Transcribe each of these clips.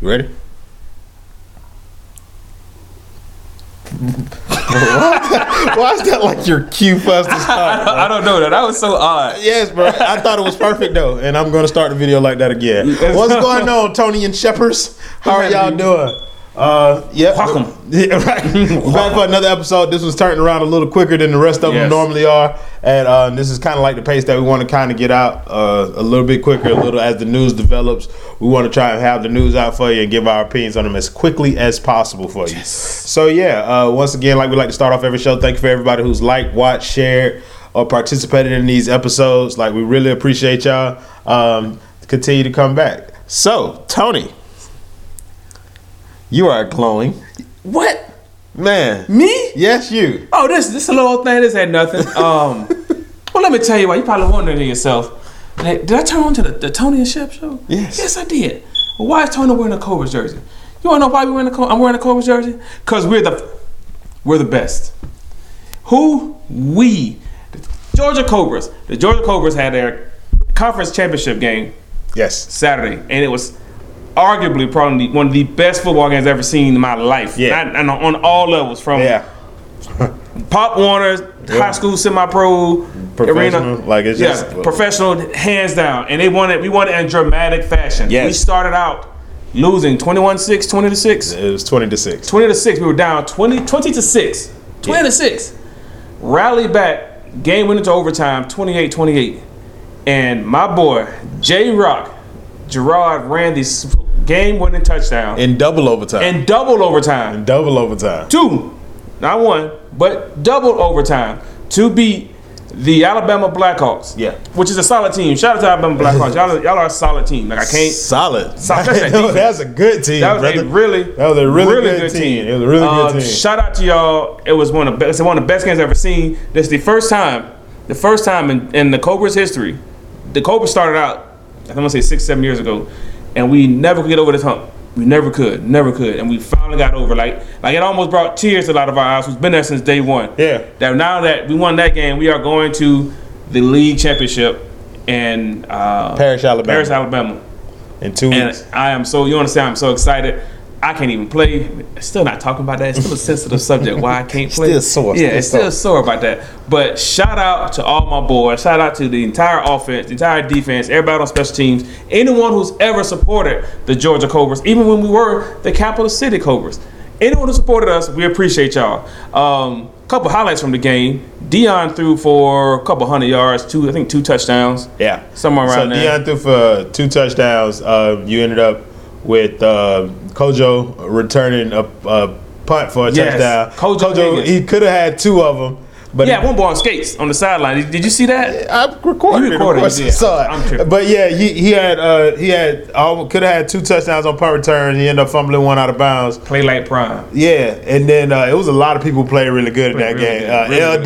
Ready? What? Why is that like your cue first to start? I don't know that. That was so odd. Yes, bro. I thought it was perfect though, and I'm gonna start the video like that again. Yes. What's going on, Tony and Shepherds? How are y'all doing? Uh, yep. Fuck 'em. Yeah, right. We're Back for another episode. This was turning around a little quicker than the rest of them Yes. normally are, and uh, this is kind of like the pace that we want to kind of get out uh, a little bit quicker, a little as the news develops. We want to try and have the news out for you and give our opinions on them as quickly as possible for you. So yeah, uh, once again, like we like to start off every show, thank you for everybody who's liked, watched, shared, or participated in these episodes. Like we really appreciate y'all. Um, continue to come back. So Tony, you are glowing. What? Man. Me? Yes, you. Oh, this this little thing. This had nothing. Um, well, let me tell you why. You probably wondering to yourself, like, did I turn on to the, the Tony and Shep show? Yes. Yes, I did. Well, why is Tony wearing a Cobras jersey? You wanna know why we wearing a Col- I'm wearing a Cobras jersey? Cause we're the we're the best. Who we? The Georgia Cobras. The Georgia Cobras had their conference championship game Yes. Saturday, and it was arguably probably one of the best football games I've ever seen in my life. Yeah. Not- and on all levels from Yeah. Pop Warner's high school semi-pro Professional, arena, like, it's yeah, just- professional, hands down, and they won it. We won it in dramatic fashion. Yes. we started out losing 21-6, 20 to six, It was 20 to 6. 20 to six. We were down 20, 20 to six, 20 to six. Rallied back, game went into overtime, 28-28, and my boy J Rock, Gerard Randy's game winning touchdown In double overtime. and double overtime double overtime. two, not one, but double overtime to beat the Alabama Blackhawks. Yeah. Which is a solid team. Shout out to Alabama Blackhawks. y'all, are, y'all are a solid team. Like I can't. Solid. Solid. That's that defense. That's a good team, That was brother. a really, that was a really, good, team. It was a really Uh, good team. Shout out to y'all. It was one of the best, one of the best games I've ever seen. This is the first time, the first time in, in the Cobras history. The Cobras started out, I think I'm gonna say six, seven years ago, and we never could get over this hump. We never could, never could, and we finally got over. Like, like it almost brought tears to a lot of our eyes. Who's been there since day one. Yeah. That now that we won that game, we are going to the league championship and uh, Parish, Alabama. Paris, Alabama. In two weeks. And I am so you understand I'm so excited. I can't even play. Still not talking about that. It's still a sensitive subject. Why I can't play? Still sore, Yeah, still it's still sore about that. But shout out to all my boys. Shout out to the entire offense, the entire defense, everybody on special teams, anyone who's ever supported the Georgia Cobras, even when we were the capital city Cobras. Anyone who supported us, we appreciate y'all. Um, couple highlights from the game. Dion threw for a couple hundred yards, two I think two touchdowns. yeah. somewhere around so there. Deion threw for two touchdowns. Uh, you ended up with uh, Kojo returning a, a punt for a Yes. touchdown. Kojo Higgins. he could have had two of them. But Yeah, one boy on skates on the sideline. Did, did you see that? I recorded, You it, recorded of course. it, I yeah. saw it. I'm tripping. But yeah, he, he had uh, he had could have had two touchdowns on punt return. He ended up fumbling one out of bounds. Play like prime. Yeah, and then uh, it was a lot of people playing really good in that Played game. really good, Uh,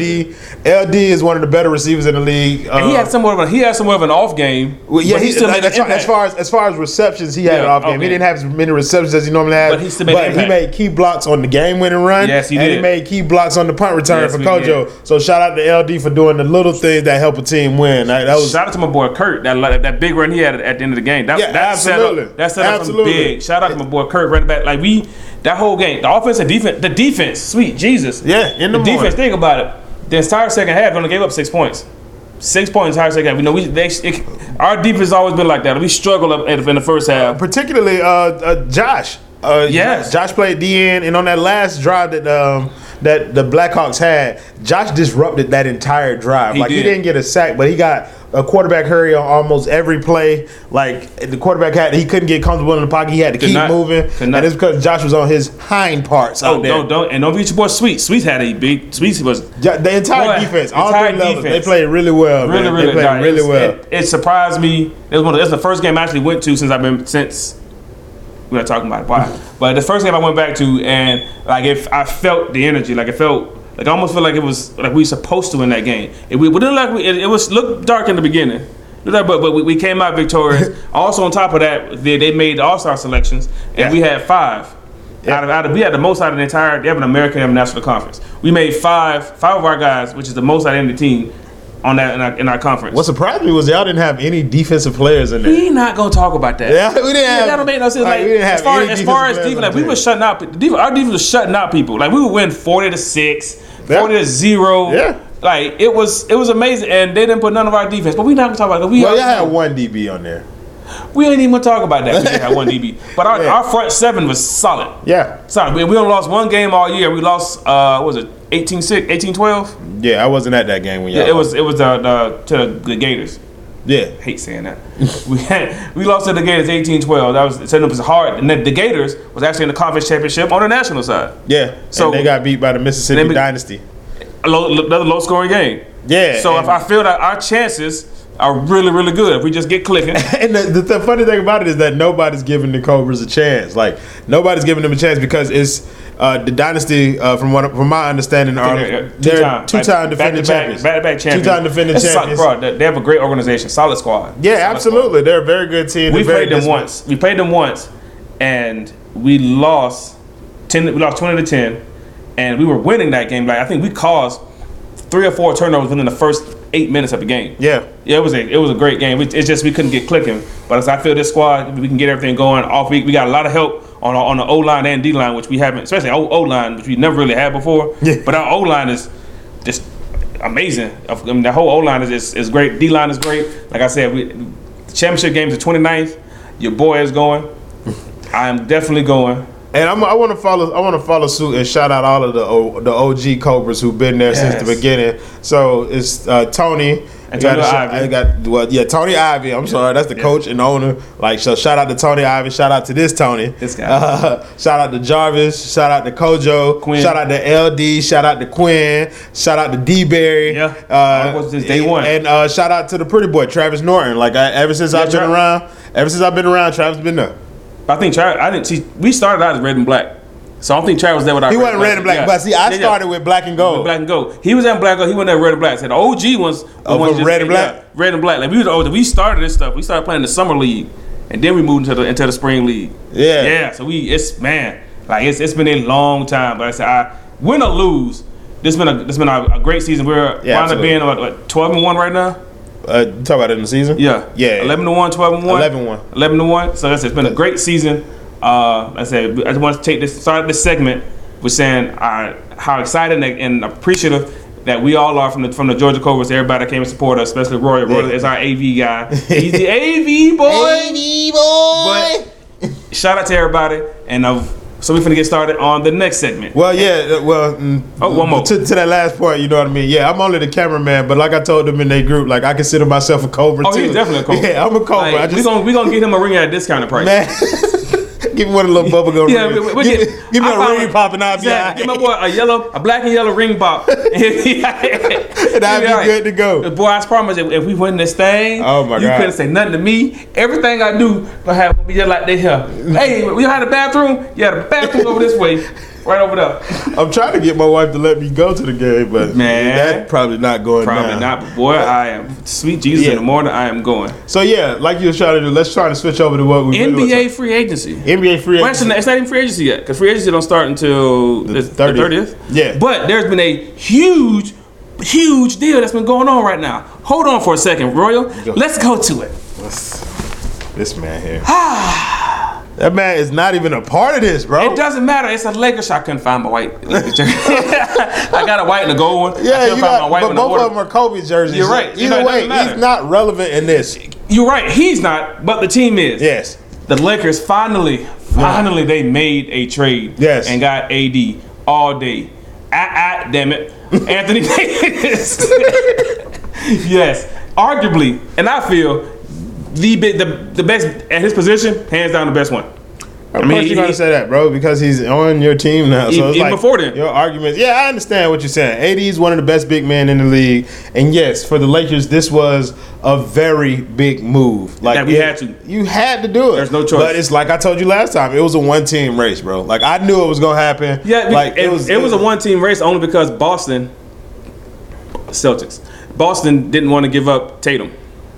really, LD LD is one of the better receivers in the league. Uh, And he had somewhat of a, he had somewhat of an off game. well, yeah, but he, still like, made an as, far, as far impact. as as far as receptions, he had Yeah, it off game. okay. He didn't have as many receptions as he normally had, But he still made an he impact. made key blocks on the game winning run. Yes, he and did. he made key blocks on the punt return Yes, for we Kojo. So shout out to LD for doing the little things that help a team win. Like, that was shout out to my boy Kurt that li- that big run he had at, at the end of the game. That, Yeah, that set absolutely. up, that set up some Absolutely. big. Shout out to my boy Kurt running back. Like we that whole game, the offense and defense, the defense, sweet Jesus. Yeah, in the morning. defense. Think about it. The entire second half, they only gave up six points. Six points entire second half. We know we they it, our defense has always been like that. We struggled up in, in the first half. particularly uh, uh, Josh. Uh, Yes. Josh played DN, and on that last drive that um, that the Blackhawks had, Josh disrupted that entire drive. He like he did. didn't get a sack, but he got a quarterback hurry on almost every play. Like the quarterback had, he couldn't get comfortable in the pocket. He had to keep not. moving, Could and not. it's because Josh was on his hind parts out Oh, there. don't don't and don't forget your boy Sweet. Sweet had a big. Sweet was Yeah, the entire Boy, defense, all entire three levels, they defense. played really well. really, man. really, they played nah, really it's- well. It, it surprised me. It was one. Of, it's the first game I actually went to since I've been since we were talking about why. but the first game I went back to, and like if I felt the energy, like it felt. Like I almost felt like it was like we were supposed to win that game. It, we, we didn't like we, it, it was looked dark in the beginning, Looked like- but but we, we came out victorious. also on top of that, they, they made all star selections, and we had five. Out of, out of, we had the most out of the entire. They have an American National Conference. We made five five of our guys, which is the most out of any team on that in our, in our conference. What surprised me was y'all didn't have any defensive players in there. we not gonna talk about that. Yeah, we didn't have. that don't make no sense. Like, we didn't have as far any as far as defensive players defense, on like we the were team. shutting out. pe- Defense, our defense was shutting out people. Like we would win forty to six, Yeah. forty to zero. Yeah. Like it was it was amazing, and they didn't put none of our defense. But we not gonna talk about that. We Well, already y'all know. had one DB on there. we ain't even gonna talk about that. 'cause We had one DB, but our, Yeah. our front seven was solid. Yeah, Solid. We, we only lost one game all year. We lost uh what was it 18-6, 18-12? yeah. I wasn't at that game when y'all. Yeah, it was it was the, the to the Gators. Yeah, hate saying that. we had, we lost to the Gators 18-12. That was setting up was hard. And then the Gators was actually in the conference championship on the national side. yeah. So So- and they got beat by the Mississippi Let me- Dynasty. A low, another low scoring game. Yeah, So and- if I feel that our chances are really really good if we just get clicking. And the, the, the funny thing about it is that nobody's giving the Cobras a chance. Like nobody's giving them a chance because it's uh, the dynasty. Uh, from what from my understanding, are They're- they're two-time, two-time like, defending back-to-back- champions. Back-to-back champions. Two-time defending It's champions. Solid, bro. They- They have a great organization, solid squad. Yeah, Solid squad. absolutely. They're a very good team. We They're very played them disciplined. once. We played them once, and we lost ten. We lost twenty to ten, and we were winning that game. Like I think we caused three or four turnovers within the first eight minutes of the game. Yeah. Yeah, it was a it was a great game. We, it's just we couldn't get clicking. But as I feel this squad, we can get everything going. Off week, we got a lot of help on our, on the O line and D line, which we haven't, especially O O line, which we never really had before. Yeah. But our O line is just amazing. I mean, the whole O line is, is is great. D line is great. Like I said, we the championship game's the 29th. Your boy is going. I am definitely going. And I'm, I want to follow. I want to follow suit and shout out all of the o, the OG Cobras who've been there since the Yes. beginning. So it's uh, Tony. And You gotta Tony shout- Ivey. I got well, yeah, Tony Ivy. I'm sorry, that's the coach and owner. Like, so shout out to Tony Ivy. Shout out to this Tony. This guy. Uh, shout out to Jarvis. Shout out to Kojo. Quinn. Shout out to LD. Shout out to Quinn. Shout out to D Berry. Yeah. That Uh, was just day one. And uh, shout out to the pretty boy Travis Norton. Like, I, ever since I've been Tra- around, ever since I've been around, Travis been there. But I think Chad, I didn't. See, we started out as red and black, so I don't think Chad was there without. He wasn't red and black, but see, I started with black and gold. black and gold. He was in black and gold. He wasn't in red and black. So the OG ones, the Oh, ones from you red and black? yeah, red and black. Like we was older. We started this stuff. We started playing the summer league, and then we moved into the into the spring league. Yeah. yeah. So we it's man, like it's it's been a long time. But I said, I win or lose, this been a this been a, a great season. We're Yeah, wound up absolutely. being what, what, twelve and one right now. Uh, you talk about it in the season? Yeah. Yeah. 11 to 1, 12 and 1. 11 1. 11 to 1. So that's it's been a great season. Uh, like I said I just want to take this start this segment with saying uh, how excited and, and appreciative that we all are from the from the Georgia Cobras. Everybody that came and supported us, especially Roy. Roy is our AV guy. He's the AV boy. boy. Shout out to everybody, and uh, so we're gonna get started on the next segment. well, yeah. uh, Well, mm, Oh, one more. To, to that last point, you know what I mean. Yeah, I'm only the cameraman, but like I told them in their group, like I consider myself a cobra Oh, too. he's definitely a Cobra. Yeah, I'm a cobra. I Like, just we gonna we gonna get him a ring at a discounted price. man. give me one of the little bubble gum. Yeah, rings. we, we give, get, me- give me I a found- ring popping out Exactly. your Give eye. my boy a yellow, a black and yellow ring pop, and I'd be good to go. Boy, I promise, if, if we win this thing, Oh my you God. couldn't say nothing to me. Everything I do gonna have be just like they here. Hey, we had a bathroom. Yeah, the bathroom over this way, right over there. I'm trying to get my wife to let me go to the game, but Man. that's probably not going. Probably down. not, but boy, I am sweet Jesus Yeah. in the morning. I am going So yeah, like you were trying to do, let's try to switch over to what we really was- NBA free agency. NBA free Well, actually, agency. it's not even free agency yet because free agency don't start until the thirtieth. 30th. Yeah. But there's been a huge, huge deal that's been going on right now. Hold on for a second, Royal. Let's go to it. This man here. that man is not even a part of this, bro. It doesn't matter. It's a Lakers. shirt. I couldn't find my white. Lakers jersey. I got a white and a gold one. I Yeah, couldn't you find got, my white but one. I both ordered. of them are Kobe jerseys. You're right. You Either know, it way, doesn't matter. he's not relevant in this. You're right. He's not, but the team is. Yes. The Lakers finally, finally, they made a trade. Yes. And got AD all day. I, I damn it, Anthony Davis. yes, arguably, and I feel the bi- the the best at his position, hands down, the best one. Of mean, course he- you're gonna say that, bro, because he's on your team now. Even- So it's even like before then. your arguments. Yeah, I understand what you're saying. AD is one of the best big men in the league, and yes, for the Lakers, this was a very big move. Like That we it- had to. You had to do it. There's no choice. But it's like I told you last time. It was a one team race, bro. Like I knew it was gonna happen. Yeah, like it, was it was a one team race only because Boston Celtics. Boston didn't want to give up Tatum.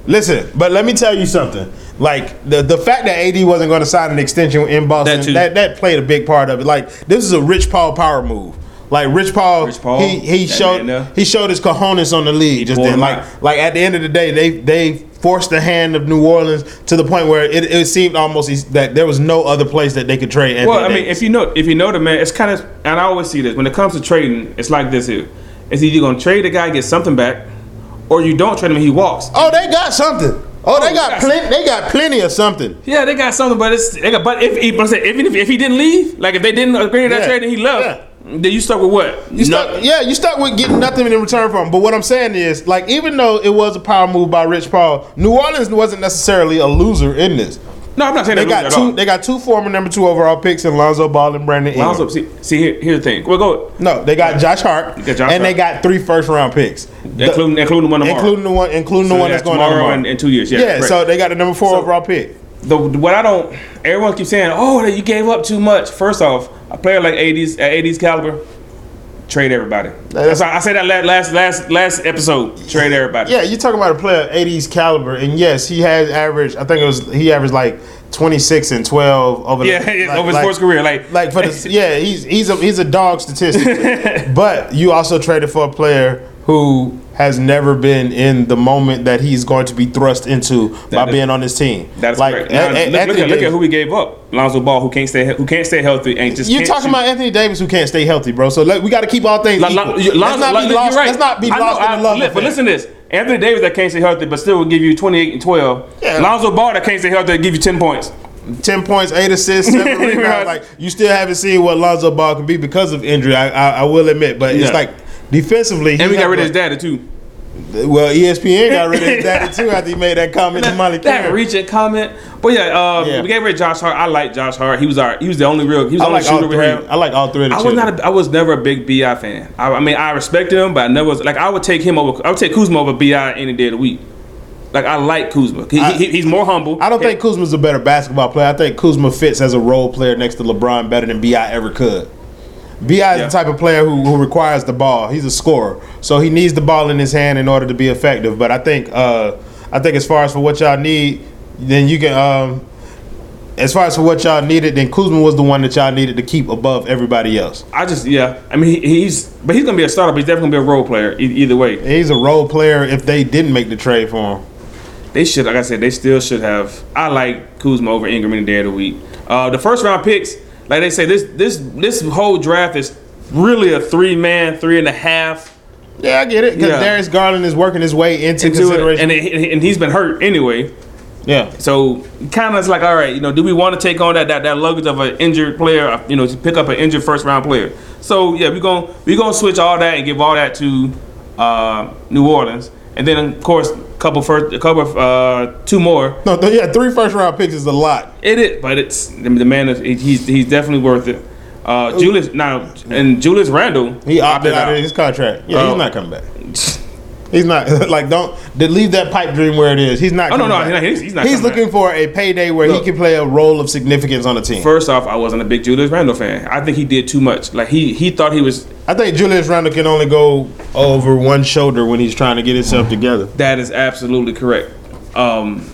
Listen, but let me tell you something. Like the the fact that AD wasn't going to sign an extension in Boston, That that, too. that played a big part of it. Like this is a Rich Paul power move. Like Rich Paul, Rich Paul, he he that man there. showed he showed his cojones on the league just Boy, then. my. Like like at the end of the day, they they forced the hand of New Orleans to the point where it, it seemed almost eas- that there was no other place that they could trade. Anthony Well, I mean, Davis. if you know, if you know the man, it's kind of, and I always see this when it comes to trading. It's like this here: it's either you're gonna trade the guy, get something back, or you don't trade him and he walks. oh, they got something. Oh, they got yes. plenty. They got plenty of something. Yeah, they got something, but it's they got, but if he, but I'm saying, even if, if he didn't leave, like if they didn't agree to that Yeah. trade and he left, then you stuck with what? You stuck, yeah, you stuck with getting nothing in return from. him. But what I'm saying is, like, even though it was a power move by Rich Paul, New Orleans wasn't necessarily a loser in this. No, I'm not saying They they, got at all. two. They got two former number two overall picks in Lonzo Ball and Brandon Ingram. Lonzo, see, see here, here's the thing. Well, go No, they got Josh Hart, got Josh and they Hart. got three first round picks, The- including including the one tomorrow. including the one, including the So one yeah, that's going on tomorrow tomorrow. and- and two years, yeah, correct. so they got the number four So- overall pick. the what I don't everyone keeps saying, oh, you gave up too much. First off, a player like 80s at 80s caliber, trade everybody. That's why I said that la- last last last episode. Trade everybody. Yeah, you're talking about a player of 80s caliber, and yes, he has averaged. I think it was he averaged like 26 and 12 over. the- Yeah, yeah, over his sports career, like- like for the yeah, he's he's a he's a dog statistic. but you also traded for a player who has never been in the moment that he's going to be thrust into by is- being on this team. That's like eh, correct. A- Now, A- look- Anthony look, at, look at Davis- who we gave up. Lonzo Ball, who can't stay who can't stay healthy, and just You're can't talking shoot. about Anthony Davis who can't stay healthy, bro. So let, we got to keep all things Like, equal. like, you- let's, Lonzo- not like, be you're lost, right. let's not be I know, lost I- in the love. li- But affair. listen to this. Anthony Davis that can't stay healthy, but still will give you 28 and 12. Yeah. Lonzo Ball that can't stay healthy, will give you 10 points. ten points, eight assists, seven Right. rebounds. Like you still haven't seen what Lonzo Ball can be because of injury. I I, I will admit, but Yeah. it's like defensively. he And we got had rid of his the- daddy too. Well, E ESPN got rid of his daddy too after he made that comment to Molly That Karen. reaching comment, but yeah, um, Yeah. we gave rid of Josh Hart. I like Josh Hart. He was our, he was the only real, he was the I only like all shooter we three. had. I like all three of the I was children. not. A, I was never a big Bi fan. I, I mean, I respected him, but I never was like. I would take him over. I would take Kuzma over Bi any day of the week. Like I like Kuzma. He, I- he, he's more humble. I don't think Kuzma's a better basketball player. I think Kuzma fits as a role player next to LeBron better than Bi ever could. Bi is Yeah. the type of player who, who requires the ball. He's a scorer, so he needs the ball in his hand in order to be effective. But I think uh, I think as far as for what y'all need, then you can. Um, as far as for what y'all needed, then Kuzma was the one that y'all needed to keep above everybody else. I just yeah. I mean, he, he's but he's gonna be a starter, but he's definitely gonna be a role player e- either way. He's a role player. If they didn't make the trade for him, They should, like I said, they still should have. I like Kuzma over Ingram any day of the week. Uh, the first round picks, like they say, this this this whole draft is really a three man, three and a half. yeah, I get it because Yeah. Darius Garland is working his way into, Into it, consideration. and, it, and he's been hurt anyway. yeah, So kind of it's like, all right, you know, do we want to take on that that, that luggage of an injured player, uh, you know, to pick up an injured first round player? So yeah, we're gonna we're gonna switch all that and give all that to uh, New Orleans, and then of course couple first a couple of, uh, two more. no, th- yeah, three first round picks is a lot. It is, but it's the the man is he's he's definitely worth it. Uh, Julius now and Julius Randle He opted out of his contract. Yeah, Oh. he's not coming back. He's not like don't de- leave that pipe dream where it is. He's not. Oh, no, coming no, back. he's not- he's- he's not coming looking for a payday where Look. he can play a role of significance on the team. First off, I wasn't a big Julius Randle fan. I think he did too much. Like he he thought he was I think Julius Randle can only go over one shoulder when he's trying to get himself together. That is absolutely correct. Um,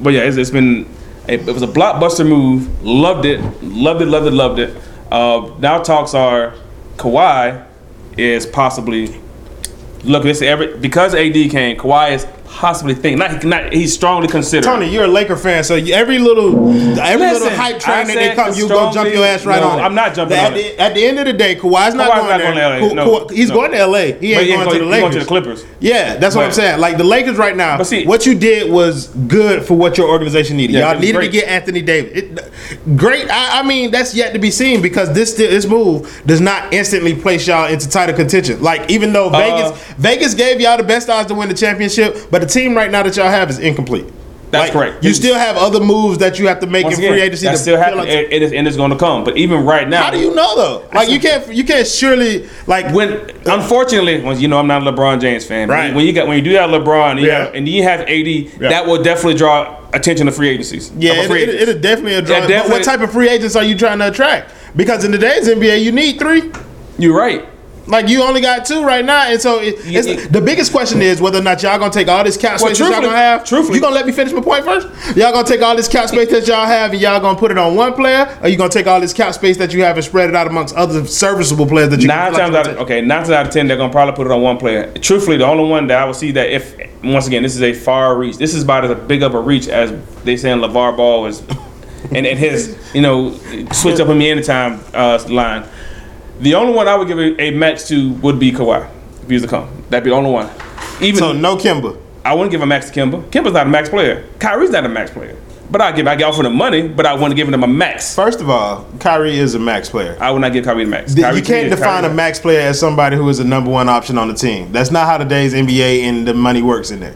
but yeah, it's, it's been a, it was a blockbuster move. Loved it, loved it, loved it, loved it. Uh, now talks are Kawhi is possibly look. This every because AD came. Kawhi is possibly thinking. Not, not he's strongly considered. Tony, you're a Laker fan, so you- every little every Listen, little hype I train that they said come, you go jump strongly- your ass right no, on. it. I'm not jumping at on the, it. At the end of the day, Kawhi's not, Kawhi's going, not there. going to LA, Ka- no. Ka- he's No. going to LA. He ain't But he going, ain't to the going- he Lakers. going to the Clippers. Yeah, that's what But- I'm saying. Like the Lakers right now, But see- what you did was good for what your organization needed. Yeah, it Y'all was needed to great. get Anthony Davis. It, great. I, I mean, that's yet to be seen because this this move does not instantly place y'all into title contention. Like even though Uh, Vegas Vegas gave y'all the best odds to win the championship, but the team right now that y'all have is incomplete. That's Like, correct. You still have other moves that you have to make in Once again, free agency. that to still fill happening. out- It- it is and it's going to come. But even right now, How do you know though? Like you can't you can't surely like when unfortunately, when you know I'm not a LeBron James fan, right? Right. When you got when you do have LeBron, and you, Yeah. have, and you have AD, that will definitely draw attention to free agencies. Yeah, of a it, free it, agent. it'll definitely a draw. Yeah, but definitely. what type of free agents are you trying to attract? Because in today's NBA, you need three. You're right. Like you only got two right now, and so it, Yeah, it's, it- the biggest question is whether or not y'all gonna take all this cap Well, space that y'all truthfully- gonna have. truthfully- you gonna let me finish my point first? Y'all gonna take all this cap space that y'all have, and y'all gonna put it on one player, or you gonna take all this cap space that you have and spread it out amongst other serviceable players that you Nine can flex times out with? of, okay, nine times out of ten, they're gonna probably put it on one player. Truthfully, the only one that I would see that if once again this is a far reach, this is about as big of a reach as they saying Levar Ball is, and, and his you know switch up on me anytime uh, line. The only one I would give a, a match to would be Kawhi if he was to come. That'd be the only one. Even So no Kimba. I wouldn't give a max to Kimba. Kimba's not a max player. Kyrie's not a max player. But I give I offer them money, but I wouldn't give them a max. First of all, Kyrie is a max player. I would not give Kyrie the max. Kyrie you to me can't is define Kyrie. a max player as somebody who is the number one option on the team. That's not how today's NBA and the money works in there.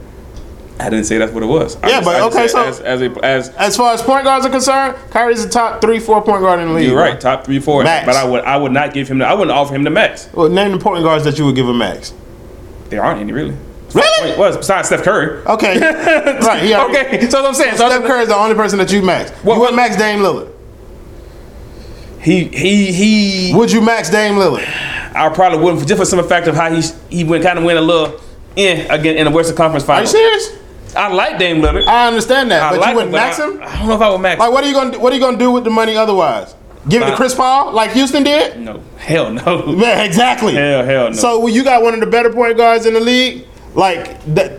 I didn't say that's what it was. I Yeah, just- but I just okay, said so- as, as a as As far as point guards are concerned, Kyrie's the top three, four point guard in the league. you're bro. right, top three, four. Max. But I would I would not give him. The, I wouldn't offer him the max. Well, name the point guards that you would give a max. There aren't any really. Really? Wait, was besides Steph Curry. Okay. right. Yeah. Okay, so what I'm saying, so Steph Curry's the only person that you max. What- you would max Dame Lillard. he he he. Would you max Dame Lillard? I probably wouldn't just for some fact of how he he went kind of went a little eh again in the Western Conference Are you Finals. serious? I like Dame Lillard. I, I understand that, but like you wouldn't but max I- him. I don't know if I would max. Like, what are you gonna do? What are you gonna do with the money otherwise? Give it to Fine. Chris Paul, like Houston did. no, hell no. Yeah, exactly. Hell, hell no. So when you got one of the better point guards in the league, like that,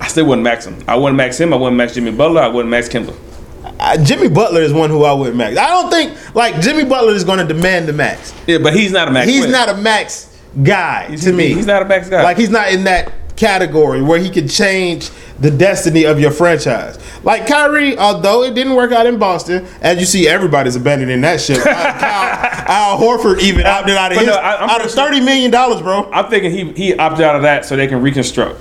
I still wouldn't max him. I wouldn't max him. I wouldn't max Jimmy Butler. I wouldn't max Kimba. I, uh, Jimmy Butler is one who I would max. I don't think like Jimmy Butler is gonna demand the max. Yeah, but he's not a max. He's player. not a max guy to He's- me. He's not a max guy. Like he's not in that category where he could change the destiny of your franchise. Like Kyrie, although it didn't work out in Boston, as you see, everybody's abandoning that shit. Al, Al Horford even opted out of But his no, I- out I'm of pretty sure- thirty million dollars, bro. I'm thinking he he opted out of that so they can reconstruct.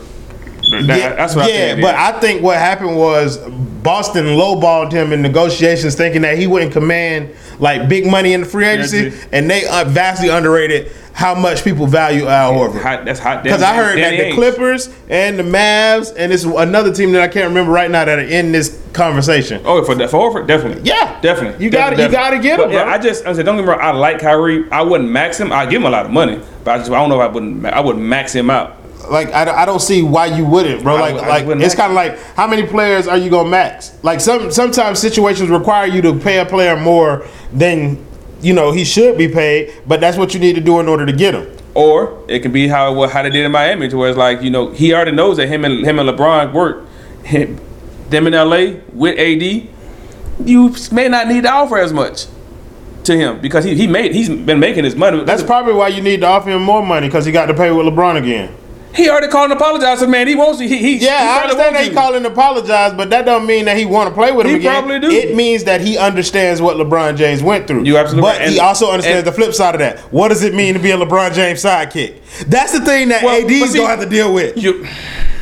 That- that's what yeah, I think. it but is. I think what happened was Boston lowballed him in negotiations, thinking that he wouldn't command like big money in the free agency, Guaranteed. and they uh, vastly underrated how much people value Al Horford. hot, that's hot. Because I heard that the clip. Clippers and the Mavs and it's another team that I can't remember right now that are in this conversation. Oh, for for Horford, definitely. Yeah. definitely. You gotta- you gotta get him, But, bro. Yeah, I just I said, don't get me wrong. I like Kyrie. I wouldn't max him. I would give him a lot of money, but I just I don't know if I wouldn't. ma- I would max him out. Like I, don't- I don't see why you wouldn't, bro. I Like would- I like wouldn't it's max. kind of like how many players are you gonna max? Like some sometimes situations require you to pay a player more than you know he should be paid, but that's what you need to do in order to get him. Or it could be how what how they did in Miami, to where it's like you know he already knows that him and him and LeBron work. Him, them in LA with AD, you may not need to offer as much to him because he, he made he's been making his money. That's probably why you need to offer him more money because he got to pay with LeBron again. He already called and apologized. So man, he wants to. He, he Yeah, he I probably understand wants that he to. called and apologized, but that don't mean that he want to play with him He again. probably do. It means that he understands what LeBron James went through. You absolutely But right. he And- also understands and- the flip side of that. What does it mean to be a LeBron James sidekick? That's the thing that Well, AD's but see- gonna have to deal with. You,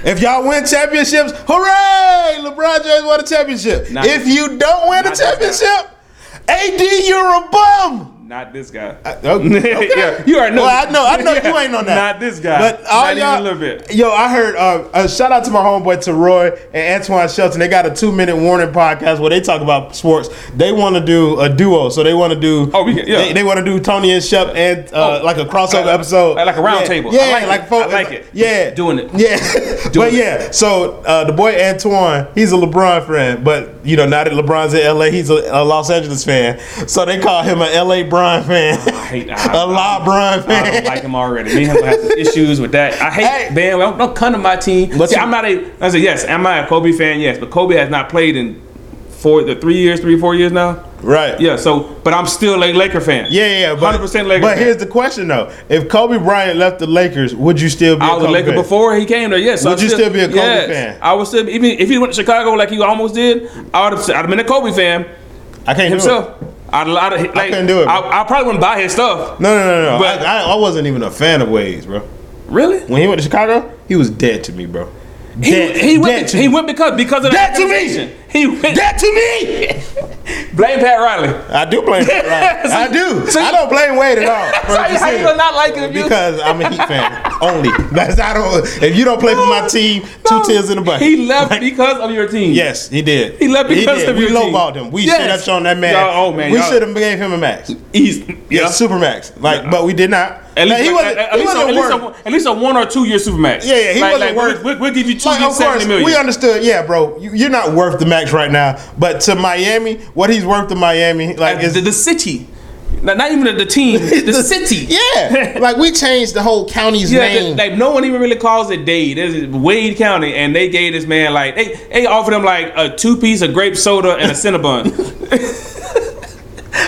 if y'all win championships, hooray! LeBron James won a championship. Not- if you don't win a not that bad. championship, AD, you're a bum. not this guy. Okay. Yeah, you already know. Well, I know, I know you Yeah, ain't on that. not this guy. But all Not even y'all, a little bit. Yo, I heard. Uh, uh, shout out to my homeboy Teroy and Antoine Shelton. They got a two minute warning podcast where they talk about sports. They want to do a duo, so they want to do. Oh, we can- yeah. They, want to do Tony and Shep and uh, Oh. like a crossover Uh, episode, like a round yeah. table. I Yeah, like it. like a fo- I like it. Yeah, Doing it. Yeah, Doing but it. yeah. So uh, the boy Antoine, he's a LeBron fan, but you know now that LeBron's in LA, he's a, a Los Angeles fan. So they call him an LA Bron fan. I hate- I- A LeBron I don't fan. like him already. Me and him have some issues with that. I hate Hey. man. Don't, don't come to my team. What's See, your- I'm not a. I said yes. Am I a Kobe fan? Yes, but Kobe has not played in four, the three years, three four years now. Right. Yeah. So, but I'm still a Laker fan. Yeah, yeah, yeah, but, hundred percent Laker. but fan. here's the question though: If Kobe Bryant left the Lakers, would you still be? I was a Kobe Laker fan? before he came there. Yes. Would I you still be a Kobe fan? I would still. Be, even if he went to Chicago like he almost did, I would have. I'd have been a Kobe fan I can't do it. himself. I'd, I'd, like, I couldn't do it, bro. I, I probably wouldn't buy his stuff. No, no, no, no. But- I, I, I wasn't even a fan of Wade's, bro. Really? When he went to Chicago, he was dead to me, bro. He, Dead, he went. dead to he me. went because because of Dead that to me! He went. Dead to me. Blame Pat Riley. I do blame. Wade. So I you- do. so I you- don't blame Wade at all. So bro. you- Just how you saying. gonna not like him? if you- Because I'm a Heat fan only. That's I don't. If you don't play for my team, two No. tears in the bucket. He left Like, because of your team. Yes, he did. He left because did. of we your team. lowballed him. We Yes. should have shown that man. Y'all- oh, man, we y'all- should have gave him a max. He's Yeah, yeah. Supermax. Like, but we did not. At least, he like, wasn't- at, he least a, wasn't at, least worth- a, at least a one or two year supermax. Yeah, yeah, he like, wasn't like, worth- We'll, we'll give you two Like, years, of course, seventy million. we understood. Yeah, bro, you- you're not worth the max right now. But to Miami, what he's worth to Miami, like, is the, the city, not, not even the, the team, the, city. yeah, like we changed the whole county's Yeah, name. th- like no one even really calls it Dade. This is Wade County, and they gave this man like they they offered him like a two piece of grape soda and a cinnabon.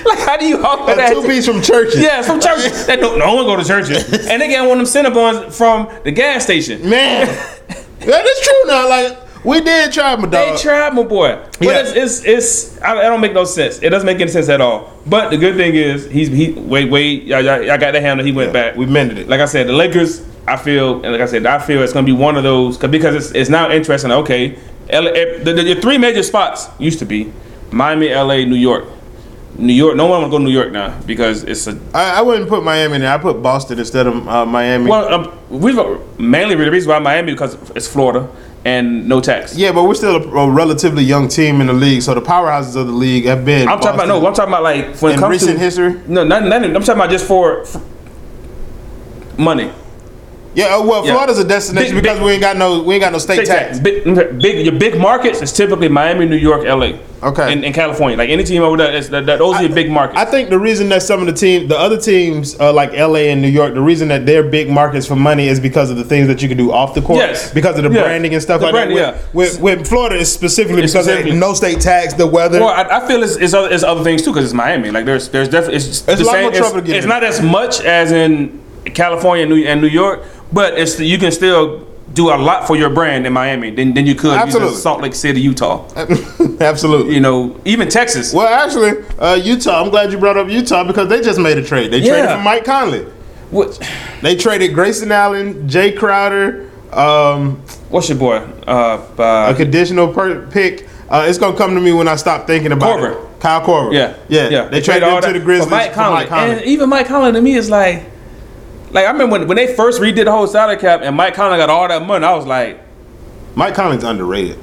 like how do you offer Uh, that? two to- piece from churches. Yeah, from church. that no, no one go to churches, and they get one of them cinnabons from the gas station. man, that is true. Now, like we did try, my They dog. tried, my boy. But Uh, Yeah. it's it's, it's I, it don't make no sense. It doesn't make any sense at all. But the good thing is he's he wait wait y'all, y'all, y'all got that handle. He went back. we mended it. like I said, the Lakers, I feel, and like I said, I feel it's going to be one of those 'cause- because it's, it's now interesting. Okay, L- if- the, the, the three major spots used to be Miami, LA, New York. New York, no one want to go to New York now because it's a. I, I wouldn't put Miami in there. I put Boston instead of uh, Miami. Well, um, we mainly the reason why Miami because it's Florida and no tax. yeah, but we're still a, a relatively young team in the league, so the powerhouses of the league have been. I'm talking about no. I'm talking about like when In it comes recent to history? No, not, not even- I'm talking about just for, for money. Yeah, uh, well, Yeah. Florida's a destination Big- because big- we ain't got no we ain't got no state, Big, tax. big, big- your big markets is typically Miami, New York, LA. Okay. And, and California, like any team over there, is that, that those are your big markets. I think the reason that some of the team, the other teams uh, like LA and New York, the reason that they're big markets for money is because of the things that you can do off the court, Yes. because of the Yeah. branding and stuff The like brand- that. With, with, with Florida, it's specifically It's because specifically- of no state tax, the weather. well, I, I feel it's, it's, other, it's other things too because it's Miami. Like there's there's definitely it's, There's a the lot same- more it's, trouble to get it's in. not as much as in California and New, and New York, but it's you can still do a lot for your brand in Miami than, than you could using Absolutely. Uh, Salt Lake City, Utah. Absolutely. You know, even Texas. Well, actually, uh, Utah. I'm glad you brought up Utah because they just made a trade. They traded Yeah. for Mike Conley. What, They traded Grayson Allen, Jay Crowder, um, what's your boy? Uh, a uh, conditional per- pick. Uh, it's gonna come to me when I stop thinking about Corver. it. Kyle Corver. yeah, yeah, They, trade traded him to the Grizzlies For Mike for Conley. Mike Conley. and even Mike Conley to me is like, like I remember when, when they first redid the whole salary cap and Mike Conley got all that money. I was like. Mike Conley's underrated.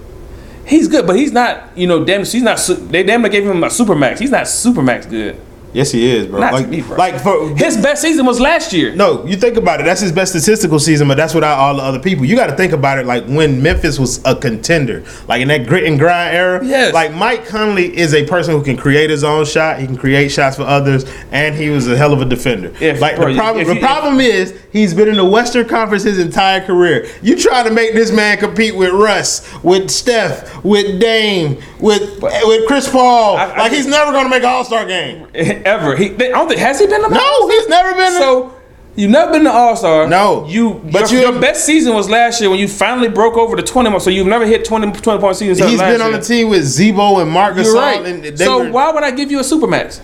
He's good, but he's not. You know, damn, he's not. su- They damn near gave him a supermax. He's not supermax good. Yes, he is, bro. Not to like, me, bro. like for His best season was last year. no, you think about it. That's his best statistical season, but that's without all the other people. You got to think about it. Like when Memphis was a contender, like in that grit and grind era. Yes. Like Mike Conley is a person who can create his own shot. He can create shots for others, and he was a hell of a defender. If- like bro, the problem, if the you- problem is he's been in the Western Conference his entire career. You try to make this man compete with Russ, with Steph, with Dame, with with Chris Paul. I- I like just- he's never going to make an All Star game. Ever. He. They, I don't think has he been the. No, he's never been. So So you've never been the All Star. No. You. But But you- your, your best season was last year when you finally broke over the twenty mark. So you've never hit 20, 20 point season. since he's last been on year. the team with Zebo and Marc You're Gasol, and right. they So were- why would I give you a supermax?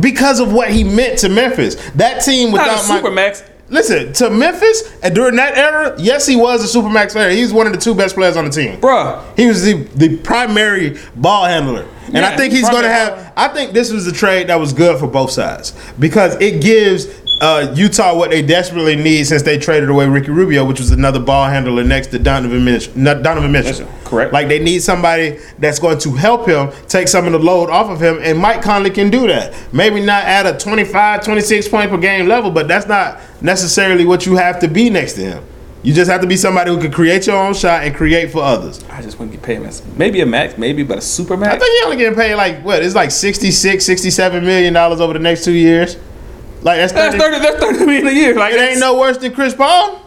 because of what he meant to Memphis. That team Not a without Mike- supermax. Listen to Memphis and during that era. Yes, he was a supermax player. He was one of the two best players on the team. Bruh, He was the, the primary ball handler. And I Yeah, think he's going to primary have. I think this was a trade that was good for both sides because it gives uh, Utah what they desperately need since they traded away Ricky Rubio, which was another ball handler next to Donovan Mitchell. Not Donovan Mitchell, Mitchell, correct. Like they need somebody that's going to help him take some of the load off of him, and Mike Conley can do that. Maybe not at a 25, 26 point per game level, but that's not necessarily what you have to be next to him. You just have to be somebody who can create your own shot and create for others. I just wouldn't get paid. man. Maybe a max, maybe, but a supermax. I think he only getting paid like what? It's like 66, 67 million dollars over the next two years. Like that's, that's 30, thirty. That's thirty million a year. Like It ain't no worse than Chris Paul.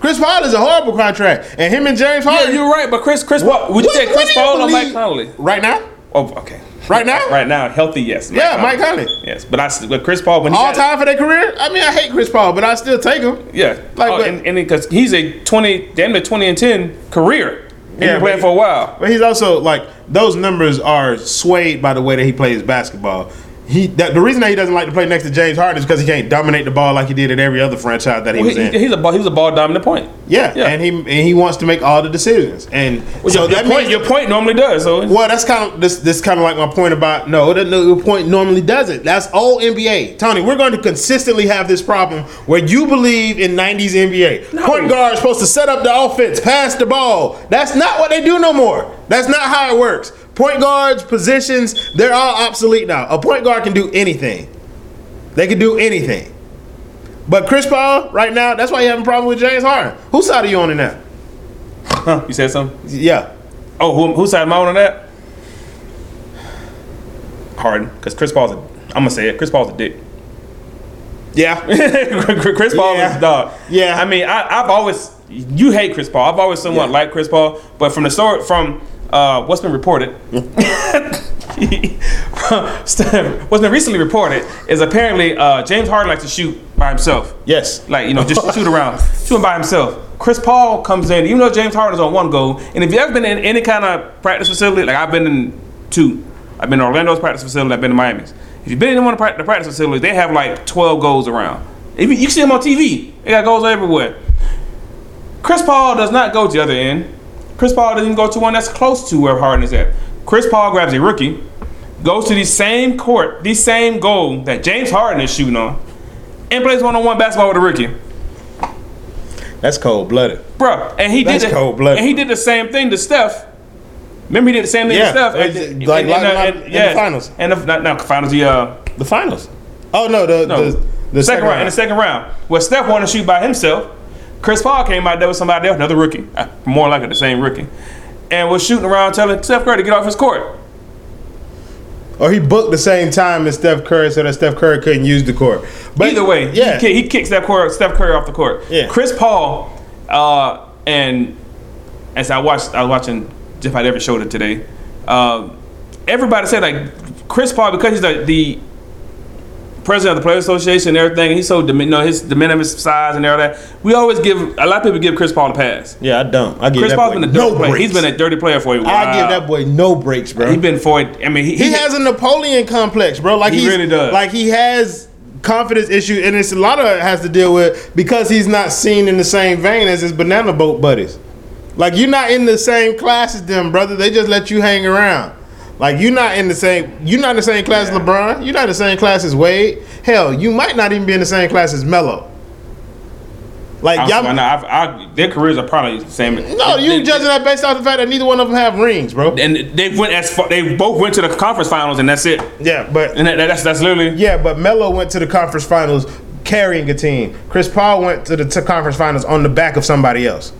Chris Paul is a horrible contract, and him and James Yeah, Harden. you're right, but Chris, Chris, what, would you what- say what Chris do you Paul or Mike believe- Conley? right now, Oh, okay. right now, Right now, healthy, yes. Mike Yeah, Mike Conley. Yes, but I, s- but Chris Paul when he all got- time for their career. I mean, I hate Chris Paul, but I still take him. yeah, Like, like oh, but- and because he's a twenty, damn near twenty and ten career. He's Yeah, been playing but- for a while. But he's also like those numbers are swayed by the way that he plays basketball. He that, the reason that he doesn't like to play next to James Harden is because he can't dominate the ball like he did at every other franchise that he He, was in. he's a ball, he was a ball dominant point. Yeah, Yeah. and he and he wants to make all the decisions, and Well, so your, that your point, means your point normally does. So well, that's kind of this this kind of like my point about no, that no, your point normally doesn't. That's old NBA, Tony. We're going to consistently have this problem where you believe in '90s NBA point guard is supposed to set up the offense, pass the ball. That's not what they do no more. That's not how it works. Point guards positions they're all obsolete now. A point guard can do anything. They can do anything. But Chris Paul, right now, that's why you having a problem with James Harden. Whose side are you on in that? Huh, you said something? Yeah. Oh, who, who side am I on on that? Harden, because Chris Paul's a. I'm gonna say it. Chris Paul's a dick. Yeah. Chris Paul Yeah. is dog. Yeah. I mean, I, I've always you hate Chris Paul. I've always somewhat Yeah. liked Chris Paul, but from the sort from uh, what's been reported, what's been recently reported is apparently uh, James Harden likes to shoot by himself. yes. Like you know, just shoot around, shooting by himself. Chris Paul comes in, even though James Harden is on one goal. And if you ever been in any kind of practice facility, like I've been in two, I've been in Orlando's practice facility, I've been in Miami's. If you've been in one of the prac- the practice facilities, they have like twelve goals around. If you, you see them on TV, they got goals everywhere. Chris Paul does not go to the other end. Chris Paul doesn't go to one that's close to where Harden is at. Chris Paul grabs a rookie, goes to the same court, the same goal that James Harden is shooting on, and plays one-on-one basketball with a rookie. That's cold blooded. Bro, and he That's did the, cold-blooded. And he did the same thing to Steph. Remember, he did the same thing Yeah, to Steph. it's And- like and- lock and, him uh, up and- in the yeah. finals. And the, not, not finals, the uh, The finals. Oh no, the no, the, the second round. In the second round, where Steph wanted to shoot by himself, Chris Paul came out there with somebody else, another rookie, Uh, more likely the same rookie, and was shooting around telling Steph Curry to get off his court. Or Oh, he booked the same time as Steph Curry so that Steph Curry couldn't use the court. But Either way, yeah. he, ki- he kicks that court, Steph Curry off the court. Yeah. Chris Paul, uh, and as I watched, I was watching Jeff I'd ever showed it today. Uh, everybody said like Chris Paul because he's the, the president of the Players Association and everything. And he's so dimin- you know, his diminutive size and all that. We always give a lot of people give Chris Paul a pass. yeah, I don't. I give Chris that Paul's boy been a dirty no player. breaks. He's been a dirty player for a while. I give that boy no breaks, bro. He's been for it. I mean, he, he he- has a Napoleon complex, bro. Like He he's- really does. Like he has confidence issues, and it's a lot of it has to deal with because he's not seen in the same vein as his banana boat buddies. Like you're not in the same class as them, brother. They just let you hang around. Like you're not in the same. You're not in the same class as LeBron. You're not in the same class as Wade. Hell, you might not even be in the same class as Melo. Like I'm y'all, sorry, no, I- I- their careers are probably the same. no, They- you they- judging that based off the fact that neither one of them have rings, bro. and they went as far, they both went to the conference finals, and that's it. Yeah, but And that, that's that's literally Yeah, but Melo went to the conference finals carrying a team. Chris Paul went to the t- conference finals on the back of somebody else.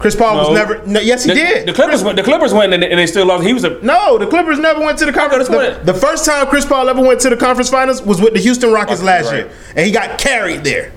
Chris Paul No. was never. No, yes, he the, did. The Clippers went. The Clippers went, and, they- and they still lost. He was a no, the Clippers never went to the conference. No, that's The, the first time Chris Paul ever went to the conference finals was with the Houston Rockets Rockets, last right. year, and he got carried there.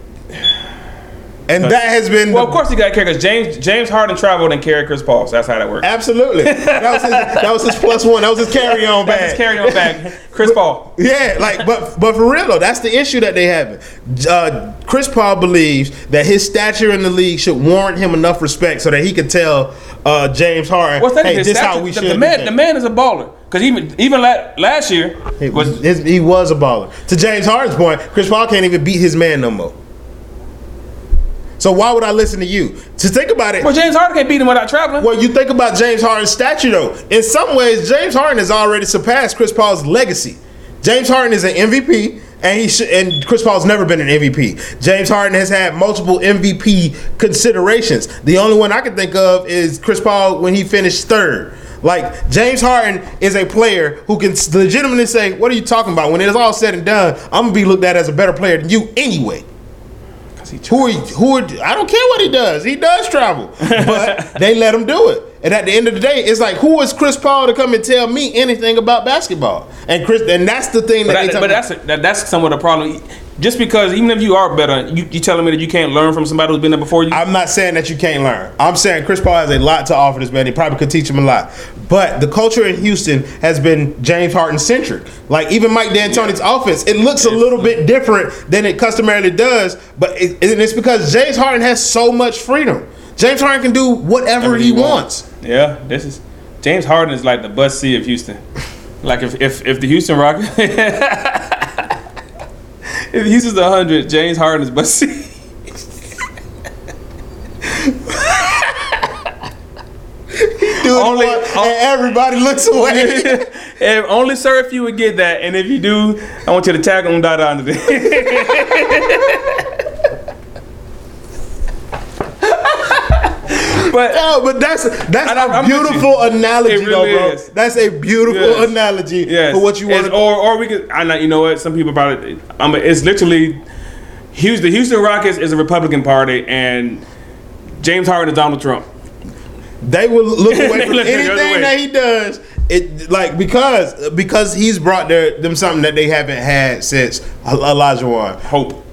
And that has been well, the of course he got carried because James James Harden traveled and carried Chris Paul. So that's how that works. absolutely that was his, that was his plus one. That was his carry on bag. That's his carry on back. Chris Paul. Yeah, like, but but for real though, that's the issue that they have. Uh, Chris Paul believes that his stature in the league should warrant him enough respect so that he could tell uh, James Harden, What's that? "Hey, His this statue- how we the, should." the do man. things." The man is a baller because even even la- last year He was, was his, he was a baller. To James Harden's point, Chris Paul can't even beat his man no more. So why would I listen to you? To think about it, well James Harden can't beat him without traveling. well, you think about James Harden's stature, though. In some ways, James Harden has already surpassed Chris Paul's legacy. James Harden is an MVP, and he should, and Chris Paul's never been an MVP. James Harden has had multiple MVP considerations. The only one I can think of is Chris Paul when he finished third. Like James Harden is a player who can legitimately say, "What are you talking about?" When it is all said and done, I'm gonna be looked at as a better player than you anyway. Who are, who are, I don't care what he does. He does travel, but they let him do it. And at the end of the day, it's like who is Chris Paul to come and tell me anything about basketball? And Chris, and that's the thing that But, they that, talk but about. that's that, that's somewhat a problem. Just because even if you are better, you you telling me that you can't learn from somebody who's been there before you. I'm not saying that you can't learn. I'm saying Chris Paul has a lot to offer this man. He probably could teach him a lot. But the culture in Houston has been James Harden centric. Like even Mike D'Antoni's offense, it looks a little bit different than it customarily does. But it, and it's because James Harden has so much freedom. James Harden can do whatever he wants. Yeah, this is James Harden is like the bus C of Houston. Like if if, if the Houston Rockets if Houston's the hundred, James Harden is bus C. dude Only- one, on- and everybody looks away. if only sir if you would get that, and if you do, I want you to tag on Dada under there. but no, but that's that's And a I'm- I'm with you. beautiful analogy, It really though, bro. is. That's a beautiful Yes. analogy yes, for what you It's- want. to or or we could. I know you know what some people probably. I'm. It's literally Houston, the Houston Rockets is a Republican party, and James Harden is Donald Trump. They will look They away from look the other anything way. that he does. It like because because he's brought their, them something that they haven't had since Elijah Wan. Hope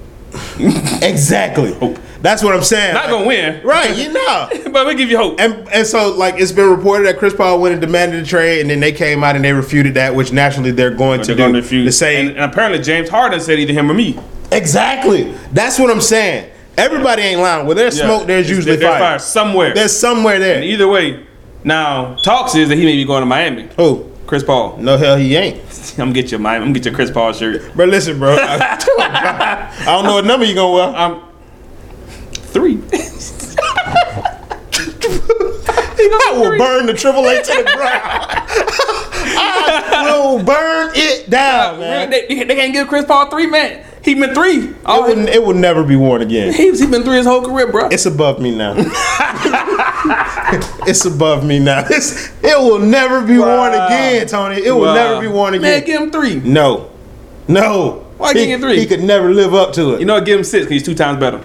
Exactly. That's what I'm saying. Oh. not gonna win, Right, you know. but we give you hope. And and so like it's been reported that Chris Paul went and demanded a trade, and then they came out and they refuted that, which naturally they're going to They're do gonna refuse. the same. and, and apparently James Harden said either him or me. exactly. That's what I'm saying. Everybody ain't lying. Where there's Yeah. smoke, there's There- usually there's fire. somewhere. There's somewhere there. And either way, now talks is that he may be going to Miami. Who? Chris Paul. No hell, he ain't. I'm gonna get your Miami. I'm gonna get your Chris Paul shirt. But listen, bro. I, I don't know what number you gonna wear. I'm Um, three. I will burn the triple A to the ground. I will burn it Oh, down, man. they, they can't give Chris Paul three, man. He been three. It All will, it will never be worn again. he's he been three his whole career, bro. It's above me now. it's above me now. It's, it will never be worn Wow. again, Tony. It will Wow. never be worn again. Man, give him three. no. No. Why he, can't you get three? He could never live up to it. You know, what, give him six because he's two times better.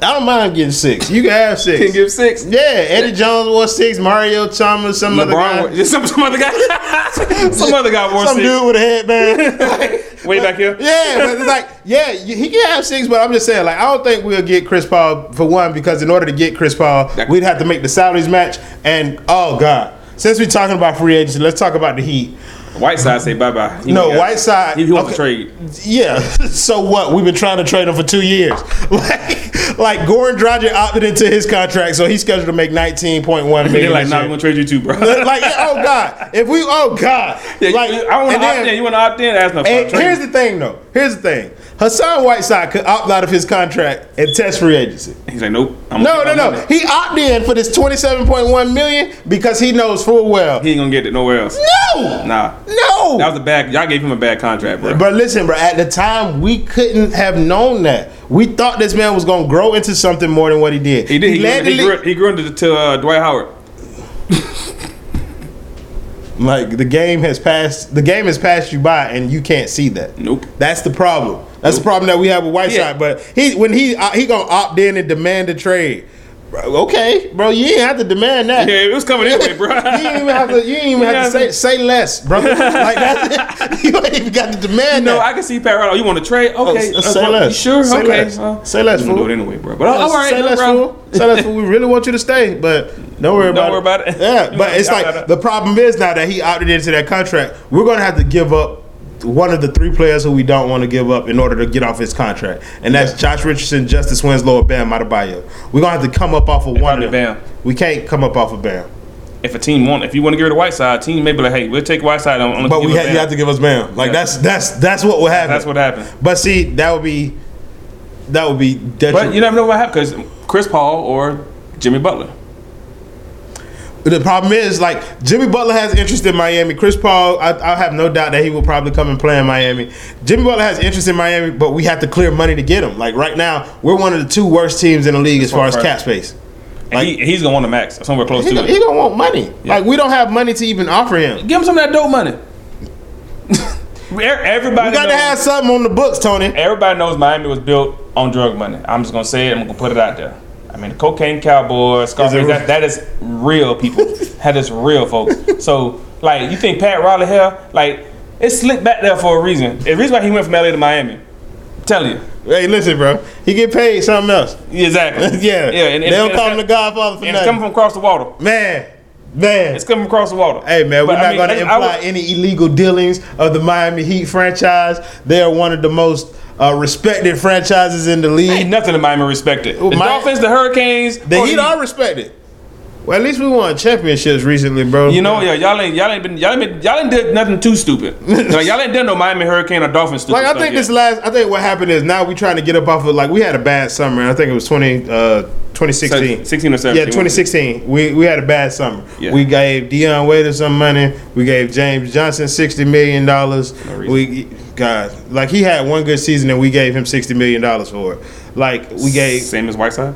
I don't mind getting six. You can have six. Can give six. yeah, Eddie Jones wore six. Mario Chalmers, some other guy. LeBron, wore- some, some other guy, some other guy wore some six. dude with a headband. Way back here. Yeah, but it's like, yeah, you- he can have six, but I'm just saying, like, I don't think we'll get Chris Paul for one because in order to get Chris Paul, we'd have to make the salaries match. And oh god, since we're talking about free agency, let's talk about the Heat. White side say bye bye. No, Whiteside- He, he wants to okay. trade. Yeah, so what? We've been trying to trade him for two years. Like, like Goran Dragic opted into his contract, so he's scheduled to make 19.1 They're million. like, this nah, year. we're gonna trade you too, bro. like, oh god, if we, oh god, Yeah, you- like, I want and to opt then- in. You want to opt in? Ask no. And here's the thing, though. Here's the thing. Hassan Whiteside could opt out of his contract and test free agency. He's like, nope. I'm No, no, gonna keep my no. money. He opted in for this twenty-seven point one million because he knows full well. He ain't gonna get it nowhere else. No, Nah, no. that was a bad. Y'all gave him a bad contract, bro. but listen, bro. At the time, we couldn't have known that. We thought this man was gonna grow into something more than what he did. He did. He, led grew, he, the grew, he grew into to, uh, Dwight Howard. league- like the game has passed. The game has passed you by, and you can't see that. Nope. That's the problem. That's the problem that we have with Whiteside. Yeah. But he when he uh, he gonna opt in and demand a trade. Bro, okay, bro, you ain't have to demand that. Yeah, it was coming anyway, bro. you ain't even have to. You ain't even have to say say less, bro. like that's it. You ain't even got to demand No, that. I can see Pat Riley. You want to trade? Okay, s- Oh, say uh, less. You sure? Say okay. less. uh, Say less, I'm gonna fool. do it anyway, bro. But uh, all right, say no less, problem. fool. Say less, fool. We really want you to stay, but don't worry about worry it. about it. Yeah, You but know, it's I- like I- the problem is now that he opted into that contract, we're gonna have to give up one of the three players who we don't want to give up in order to get off his contract, and that's Josh Richardson, Justice Winslow, and Bam Adebayo. We're gonna have to come up off of one of probably them. Bam. We can't come up off of Bam, If a team want, if you want to get rid of Whiteside, team may be like, hey, we'll take Whiteside. On, on but we give it ha- back. you have to give us Bam. Like Yeah. that's that's that's what will happen. That's what happened. But see, that would be that would be detrimental. But you never know what happened because Chris Paul or Jimmy Butler. The problem is, like Jimmy Butler has interest in Miami. Chris Paul, I, I have no doubt that he will probably come and play in Miami. Jimmy Butler has interest in Miami, but we have to clear money to get him. Like right now, we're one of the two worst teams in the league as far as first. cap space. And Like- he, he's gonna want a max somewhere close He to gonna, it. he gonna want money. Like we don't have money to even offer him. Give him some of that dope money. E- Everybody We got to knows, have something on the books, Tony. everybody knows Miami was built on drug money. I'm just gonna say it. I'm gonna put it out there. I mean, the cocaine cowboy, Scarface, real? that, that is real, people. that is real, folks. So, like, you think Pat Riley here, like, it slipped back there for a reason. The reason why he went from LA to Miami, tell you. Hey, listen, bro. He get paid something else. Exactly. yeah, Yeah. And, and they don't and- call him the Godfather for And it's nothing. coming from across the water. man, man. It's coming across the water. Hey man, we're But, not I mean, going to that's- imply I would- any illegal dealings of the Miami Heat franchise. They are one of the most uh, respected franchises in the league. Ain't nothing in Miami respected. The my- Dolphins, the Hurricanes, the or Heat are respected. Well, at least we won championships recently, bro. You know, yeah, y'all ain't y'all ain't been y'all ain't been, y'all ain't did nothing too stupid. like y'all ain't done no Miami Hurricane or Dolphins stupid. like I stuff think yet. this last, I think what happened is now we trying to get up off of like we had a bad summer. I think it was 20, uh, 2016. 16 or 17. Yeah, 2016. We we had a bad summer. Yeah. We gave Dion Waiters some money. We gave James Johnson sixty million dollars. reason. we God, like he had one good season and we gave him sixty million dollars for it. Like we gave same as Whiteside.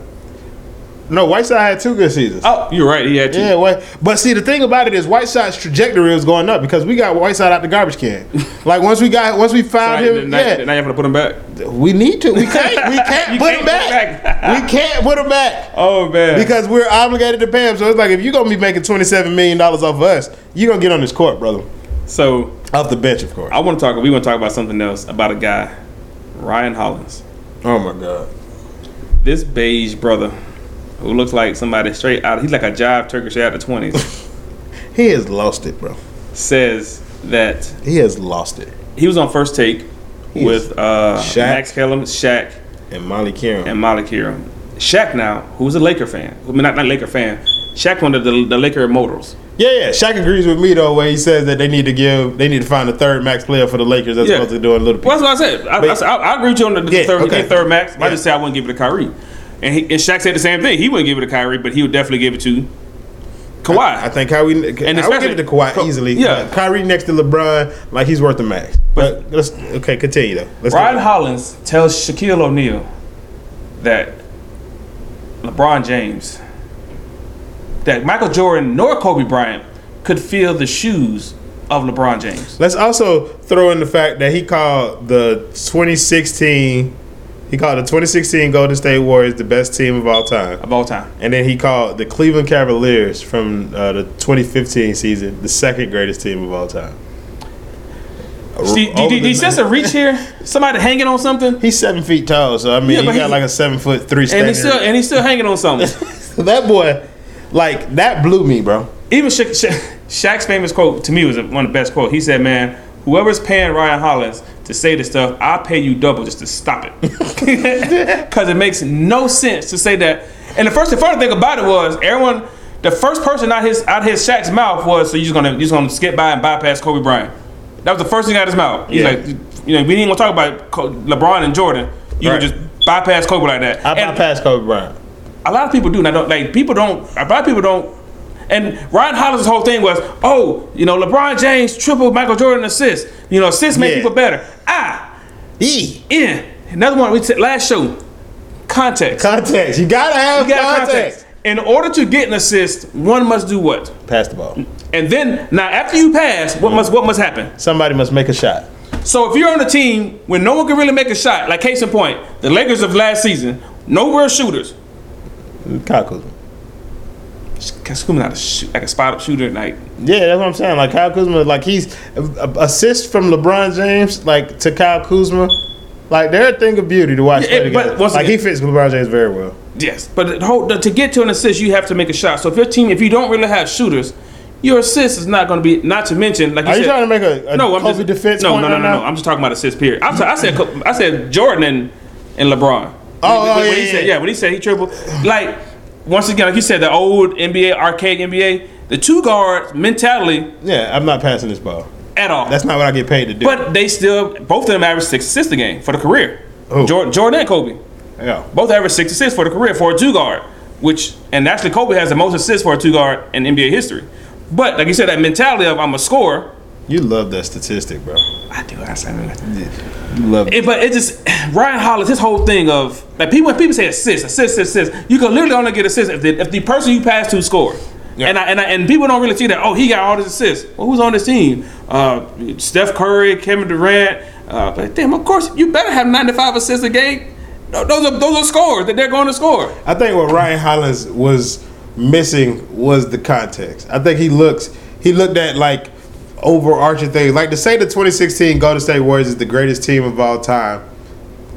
No, Whiteside had two good seasons. Oh, you're right. He had two. Yeah, what? But see, the thing about it is Whiteside's trajectory is going up because we got Whiteside out the garbage can. like once we got, once we found Now, him, now, yeah, now you're gonna put him back. we need to. We can't. We can't You put can't him put back. him back. we can't put him back Oh man. because we're obligated to pay him. So it's like if you're gonna be making twenty seven million dollars off of us, you're gonna get on this court, brother. so Off the bench, of course. I want to talk. We want to talk about something else about a guy, Ryan Hollins. Oh my god. This beige brother, who looks like somebody straight out. He's like a jive Turkish out of the twenties. He has lost it, bro. says that He has lost it. he was on first take He is with uh, Shaq. Max Kellum, Shaq, And Molly Kieran. and Malik Hiram. Shaq now, who's a Laker fan. I mean, not not Laker fan. Shaq one of the the Laker immortals. yeah, yeah. Shaq agrees with me though when he says that they need to give, they need to find a third max player for the Lakers as Yeah. opposed to doing little people. Well, that's what I said. I, I, said- I, I agree with you on the, the Yeah, third, okay. the third max. but Yeah. I just said I wouldn't give it to Kyrie. And, he, and Shaq said the same thing. He wouldn't give it to Kyrie, but he would definitely give it to Kawhi. I think Kyrie. And I would give especially- it to Kawhi Ka- easily. yeah. Yeah, Kyrie next to LeBron, like he's worth the max. But let's okay, continue though. Let's Ryan go. Hollins tells Shaquille O'Neal that LeBron James, that Michael Jordan nor Kobe Bryant could feel the shoes of LeBron James. Let's also throw in the fact that he called the 2016, he called the 2016 Golden State Warriors the best team of all time, Of all time, and then he called the Cleveland Cavaliers from uh, the 2015 season the second greatest team of all time. do, do, Over do, do the- you sense a reach here? Somebody hanging on something, He's seven feet tall, so I mean Yeah, he but got he- like a seven foot three. and he's standing. still and he's still hanging on something. that boy, like that blew me, bro. Even Sha- Sha- Shaq's famous quote to me was one of the best quotes. He said, "Man, whoever's paying Ryan Hollins to say this stuff, I pay you double just to stop it, because it makes no sense to say that." And the first, the funny thing about it was everyone, the first person out his out his Shaq's mouth was, "So you're just gonna you're just gonna skip by and bypass Kobe Bryant." That was the first thing out of his mouth. He's Yeah. like, you know, we didn't want to talk about Co- LeBron and Jordan. You Right. can just bypass Kobe like that. I And- bypassed Kobe Bryant. a lot of people do, and I don't like people don't. A lot of people don't. And Ryan Hollins' whole thing was, oh, you know, LeBron James triple Michael Jordan assists. You know, assists make Yeah. people better. Ah, E. in another one we said last show, context. Context. You gotta have You gotta context. context. In order to get an assist, one must do what? Pass the ball. And then now after you pass, what must what must happen? Somebody must make a shot. So if you're on a team where no one can really make a shot, like case in point, the Lakers of last season, no real shooters. Kyle Kuzma. Kuzma not a shoot, like a spot up shooter, like Yeah, that's what I'm saying. Like Kyle Kuzma, like he's a- assist from LeBron James, like to Kyle Kuzma. Like they're a thing of beauty to watch. Yeah, play but together. once like again- he fits LeBron James very well. Yes, but the whole, the, to get to an assist, you have to make a shot. So if your team, if you don't really have shooters, your assist is not going to be. Not to mention, like Are you you said, trying to make a, a no, I'm Kobe just defense? no, point no, no, right no, now? no. I'm just talking about assist. Period. I'm, so- I said, co- I said Jordan and, and LeBron. Oh, oh, when, when yeah, he said, yeah. yeah. When he said he tripled, like once again, like you said, the old NBA, archaic NBA, the two guard mentality yeah, I'm not passing this ball. at all. That's not what I get paid to do. but they still both of them average six assists a game for the career. Who? Jordan, Jordan and Kobe. yeah, Both averaged 66 for the career for a two guard, which, and actually Kobe has the most assists for a two guard in NBA history. But like you said, that mentality of I'm a scorer, you love that statistic, bro. I do. I say, You love it. it, but it just Ryan Hollis, his whole thing of like people when people say assist, assist, assist, you can literally only get assists if the, if the person you pass to score. Yeah. And I, and I, and people don't really see that. Oh, he got all these assists. Well, who's on this team? Uh, Steph Curry, Kevin Durant. Uh, but damn, of course you better have 95 assists a game. Th- Those are those are scores that they're going to score. I think what Ryan Hollins was missing was the context. I think he looks he looked at like overarching things. Like to say the 2016 Golden State Warriors is the greatest team of all time.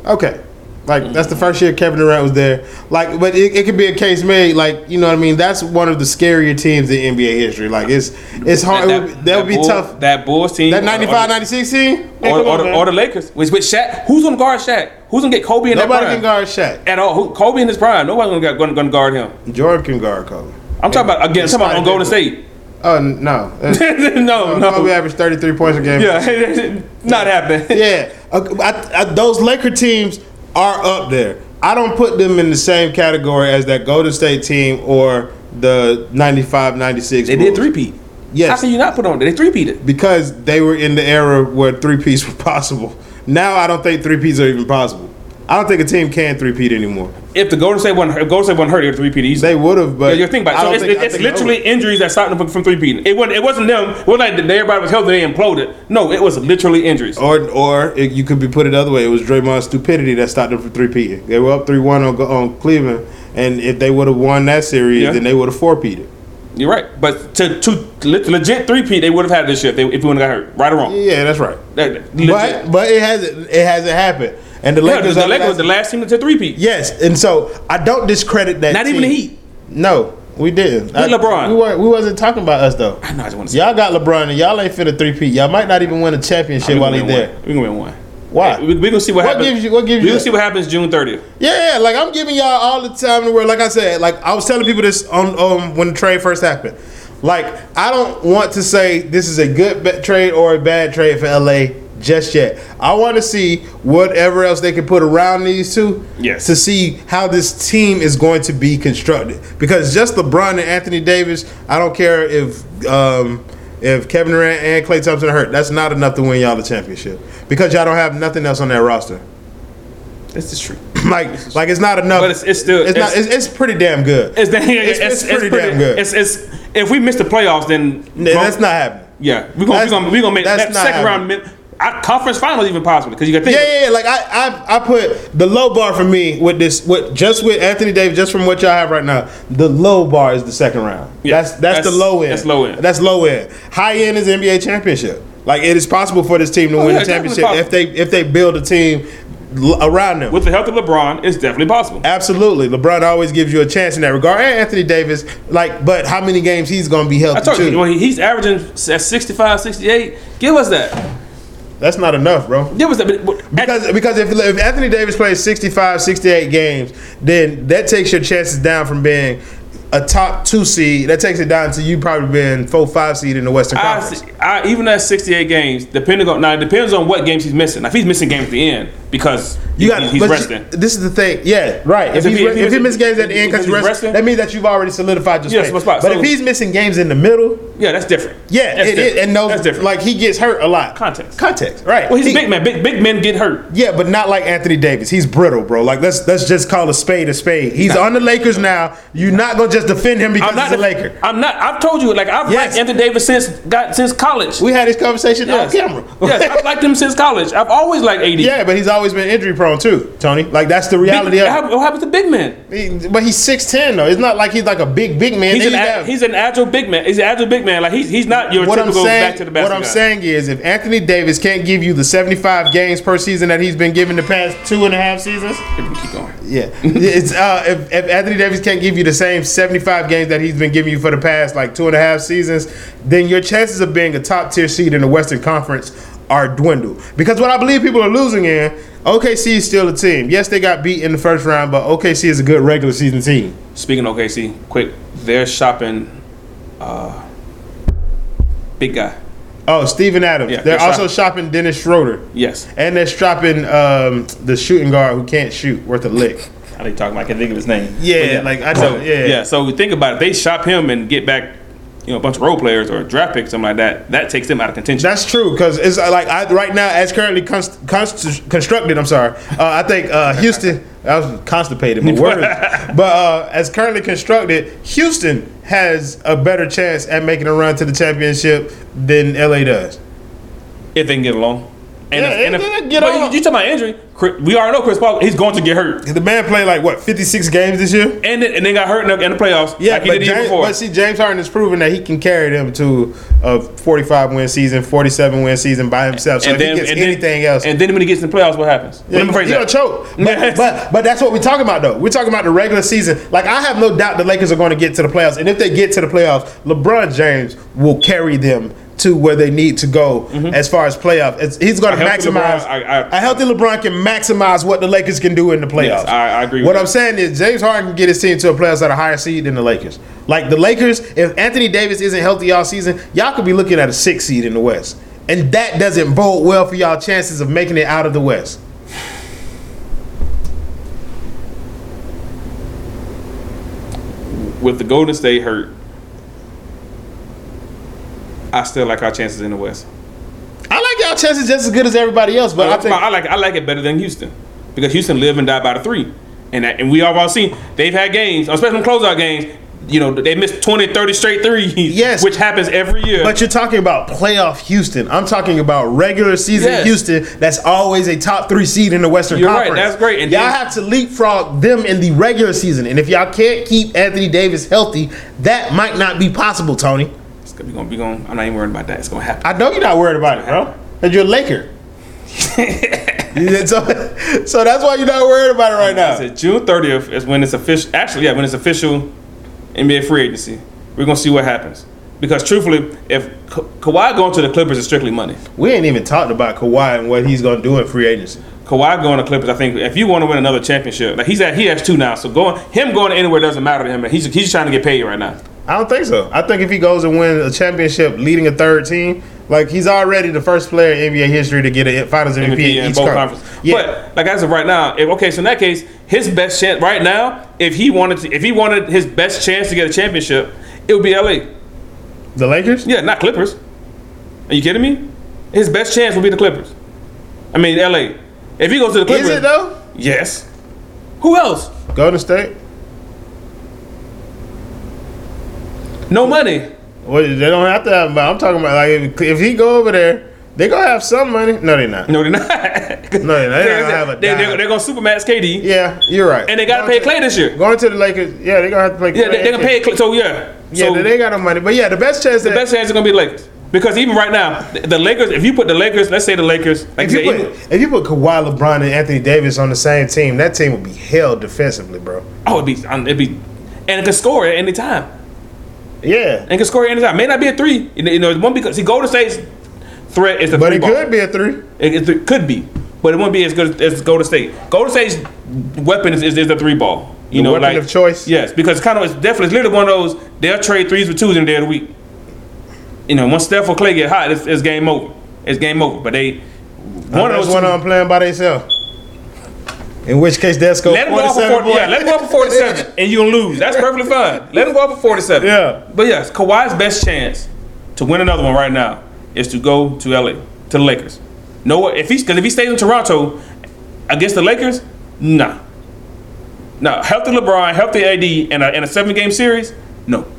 Okay. Like that's the first year Kevin Durant was there. Like, but it, it could be a case made. Like, you know what I mean? That's one of the scarier teams in NBA history. Like, it's it's hard. That, would, that would be Bull- tough. That Bulls team. uh, That or- or- 95, 96 team. Man, Or, come or, on, the, man. or the Lakers. Which with Shaq, who's gonna guard Shaq? Who's gonna get Kobe in that Nobody prime? can guard Shaq. at all. Who, Kobe in his prime. Nobody's gonna, gu- gonna, gonna guard him. Jordan can guard Kobe. I'm talking about again. Somebody on Golden State. Oh no, That's- Kobe no, no. averaged 33 points a game. Yeah, not happening. Yeah, Uh, I, I, those Laker teams are up there. I don't put them in the same category as that Golden State team or the 95 96. They did three peat. Yes. How can you not put on? They three peated. Because they were in the era where three piece were possible. Now I don't think three piece are even possible. I don't think a team can three peat anymore. if the Golden State wasn't if Golden State wasn't hurt, it would three peat easily. They would have, but Yeah, you think I about don't it. So think- it's, I it's think they literally would. injuries that stopped them from three peating. It wasn't. It wasn't them. It wasn't like everybody was healthy. They imploded. No, it was literally injuries. Or, or it, you could be put it the other way. It was Draymond's stupidity that stopped them from three peating. They were up three one on, on Cleveland, and if they would have won that series, Yeah. then they would have four peated. You're right. But to to le- legit three peat, they would have had this shit if, they, if we wouldn't got hurt. Right or wrong. Yeah, that's right. That- that- legit. But but it hasn't it hasn't happened. And the Yeah, Lakers, the are Lakers was the last team to three peat. Yes, and so I don't discredit that. Not even the team. Heat. No, we didn't. I- LeBron. We weren't. We wasn't talking about us though. I know. I just want to say. Y'all got LeBron, and y'all ain't finna three P. Y'all might not even win a championship We while gonna he's win there. one. We gonna win one. Why? We, we gonna see what, What happens. gives you- what gives you we gonna that? see what happens June thirtieth. Yeah, yeah, like I'm giving y'all all the time in the world. Like I said, like I was telling people this on um, when the trade first happened. Like I don't want to say this is a good bet trade or a bad trade for LA just yet. I want to see whatever else they can put around these two. Yes. To see how this team is going to be constructed because just LeBron and Anthony Davis, I don't care if um, if Kevin Durant and Klay Thompson are hurt. That's not enough to win y'all the championship because y'all don't have nothing else on that roster This is true. like like it's not enough. But it's- it's still- it's, not it's- it's, it's pretty damn good. It's, it's, It's- it's, it's pretty, damn good. It's, it's, if we miss the playoffs, then Nah, that's not happening. Yeah, we're gonna That's- we're gonna, we gonna make that's that not second round. happening. Mid, I, conference finals even possible because you got to think. Yeah, yeah, yeah. Like I, I I put the low bar for me with this with just with Anthony Davis just from what y'all have right now. The low bar is the second round. Yeah, that's, that's that's- the low end. that's low end. That's low end. High end is NBA championship. Like it is possible for this team to win Oh, yeah, the it's definitely championship if they if they build a team l- around them. With the help of LeBron, it's definitely possible. Absolutely, LeBron always gives you a chance in that regard. And Anthony Davis, like, but how many games he's gonna be healthy I told too? you, well, he- he's averaging at 65, 68. Give us that. That's not enough, bro. Give us that. But- but- Because because if, if Anthony Davis plays 65, 68 games, then that takes your chances down from being a top two seed. That takes it down to you probably being four, five seed in the Western I, Conference. I, even at 68 games, depending on now, it depends on what games he's missing. Like, if he's missing games at the end because You he- got. he's, but you- resting. this is the thing. Yeah, right. If, If he's, he- re- if he if he was- misses games at the end because if he's he's resting, resting? that means that you've already solidified your Yes, space. my spot. But So- if he's missing games in the middle, yeah, that's different. yeah, that's it is. And those, that's different. like he gets hurt a lot. Context. Context. Right. well, he's He- a big man. Big big men get hurt. Yeah, but not like Anthony Davis. He's brittle, bro. Like let's let's just call a spade a spade. He's on the Lakers now. You're not gonna just defend him because I'm not he's a Laker. I'm not. I've told you, like I've Yes. liked Anthony Davis since got since college. We had this conversation Yes. on camera. yes, I've liked him since college. I've always liked AD. yeah, but he's always been injury prone too, Tony. Like that's the Big, reality what of hap- what happens to big men? it. He- But he's six ten though. It's not like he's like a big big man. He's Then an, you ag- have- he's an agile big man. He's an agile big man. Like he's he's not your what I'm typical saying, back to the basket. what I'm guy. saying is, if Anthony Davis can't give you the 75 games per season that he's been given the past two and a half seasons, Keep going. Yeah, it's uh, if, if Anthony Davis can't give you the same seventy-five games that he's been giving you for the past like two and a half seasons, then your chances of being a top-tier seed in the Western Conference are dwindled. Because what I believe people are losing in OKC is still a team. Yes, they got beat in the first round, but OKC is a good regular season team. Speaking of OKC, quick, they're shopping. Uh, big guy. Oh, Steven Adams. Yeah, they're good also shopping Dennis Schroeder, Yes. and they're shopping um, the shooting guard who can't shoot worth a lick. How they talking? about? I can think of his name. Yeah, But like, I know, yeah. yeah. So think about it. They shop him and get back, you know, a bunch of role players or draft picks, something like that. That takes them out of contention. That's true because it's uh, like I, right now, as currently const, const, constructed. I'm sorry. Uh, I think uh, Houston. I was constipated. My word. but uh, as currently constructed, Houston has a better chance at making a run to the championship than LA does. if they can get along. And Yeah, if, and if if- they get but along. You, you talking about injury? Chris- We already know Chris Paul. He's going to get hurt, The man played like what 56 games this year. and then, and then got hurt in the, in the playoffs. Yeah, like he but, did the year James, before. but see, James Harden is proving that he can carry them to a 45 win season, 47 win season by himself. So if he gets anything then, else, and then when he gets in the playoffs, what happens? Yeah, Let me phrase you that. don't choke. But, Yes. but but that's what we're talking about though. We're talking about the regular season. Like I have no doubt the Lakers are going to get to the playoffs, and if they get to the playoffs, LeBron James will carry them to where they need to go as far as playoff. It's, he's going to Mm-hmm. A healthy maximize. LeBron, I- I- a healthy LeBron can maximize what the Lakers can do in the playoffs. Yes, I- I agree with What that. I'm saying is James Harden can get his team to a playoffs at a higher seed than the Lakers. Like the Lakers, if Anthony Davis isn't healthy all season, y'all could be looking at a six seed in the West. And that doesn't bode well for y'all chances of making it out of the West. With the Golden State hurt, I still like our chances in the West. I like y'all chances just as good as everybody else, but I That's why think I like I like it better than Houston because Houston live and die by the three, and And that, and we all all seen they've had games, especially in closeout games. You know they missed 20, 30 straight threes. Yes. which happens every year. But you're talking about playoff Houston. I'm talking about regular season Yes. Houston. That's always a top three seed in the Western You're right, Conference. that's great. And y'all then- have to leapfrog them in the regular season. And if y'all can't keep Anthony Davis healthy, that might not be possible, Tony. it's gonna be going. Be going. I'm not even worried about that. It's gonna happen. I know you're not worried about it, bro. And you're a Laker. Yeah, so, so that's why you're not worried about it right I now. said June 30th is when it's official. Actually, yeah, when it's official NBA free agency. We're gonna see what happens because truthfully, if Ka- Kawhi going to the Clippers is strictly money. We ain't even talked about Kawhi and what he's going to do in free agency. Kawhi going to Clippers, I think if you want to win another championship, like he's at he has two now, so going him going anywhere doesn't matter to him. He's he's just trying to get paid right now. I don't think so. I think if he goes and wins a championship leading a third team, like he's already the first player in NBA history to get a Finals MVP, MVP in in each both conference. conferences. Yeah. But like as of right now, if, okay, so in that case, his best chance right now, if he wanted to, if he wanted his best chance to get a championship, it would be LA. the Lakers? Yeah, not Clippers. Are you kidding me? His best chance would be the Clippers. I mean LA. If he goes to the Clippers, Is it though? Yes. Who else? Golden State? No money. Well, they don't have to have but I'm talking about like if, if he go over there, they gonna have some money. No, they not. No, they're not. no, No, they're not. They don't have a they, dime. are going to supermax KD. Yeah, you're right. And they gotta Going pay Clay this year. Going to the Lakers, yeah, they gonna have to play. Yeah, they, they gonna pay. Clay. So yeah, Yeah, so they ain't got no money, but yeah, the best chance. the best chance is gonna be the Lakers because even right now, the- the Lakers. If you put the Lakers, let's say the Lakers, like If you, you put, said, even- if you put Kawhi, LeBron, and Anthony Davis on the same team, that team would be held defensively, bro. oh, it'd be, um, it'd be, and it can score at any time. Yeah, And it can score at any time. May not be a three. You know, you know, it won't be. See, Golden State's threat is the but three it ball. could be a three. It, it could be, but it won't be as good as Golden State. Golden State's weapon is, is, is the three ball. You The know, weapon like of choice. Yes, because kind of it's definitely it's literally one of those they'll trade threes with twos in the day of the week. You know, once Steph or Clay get hot, it's, it's game over. It's game over. But they one of Unless those one two- of them playing by themselves. In which case, that's go let them go off for 47 40, points. yeah, let them go off for forty seven, and you'll lose. That's perfectly fine. Let them go off for forty seven. Yeah. But yes, Kawhi's best chance to win another one right now is to go to LA to the Lakers. No, if he's because if he stays in Toronto against the Lakers, nah, nah. Healthy LeBron, healthy AD, and a, and a seven game series, no.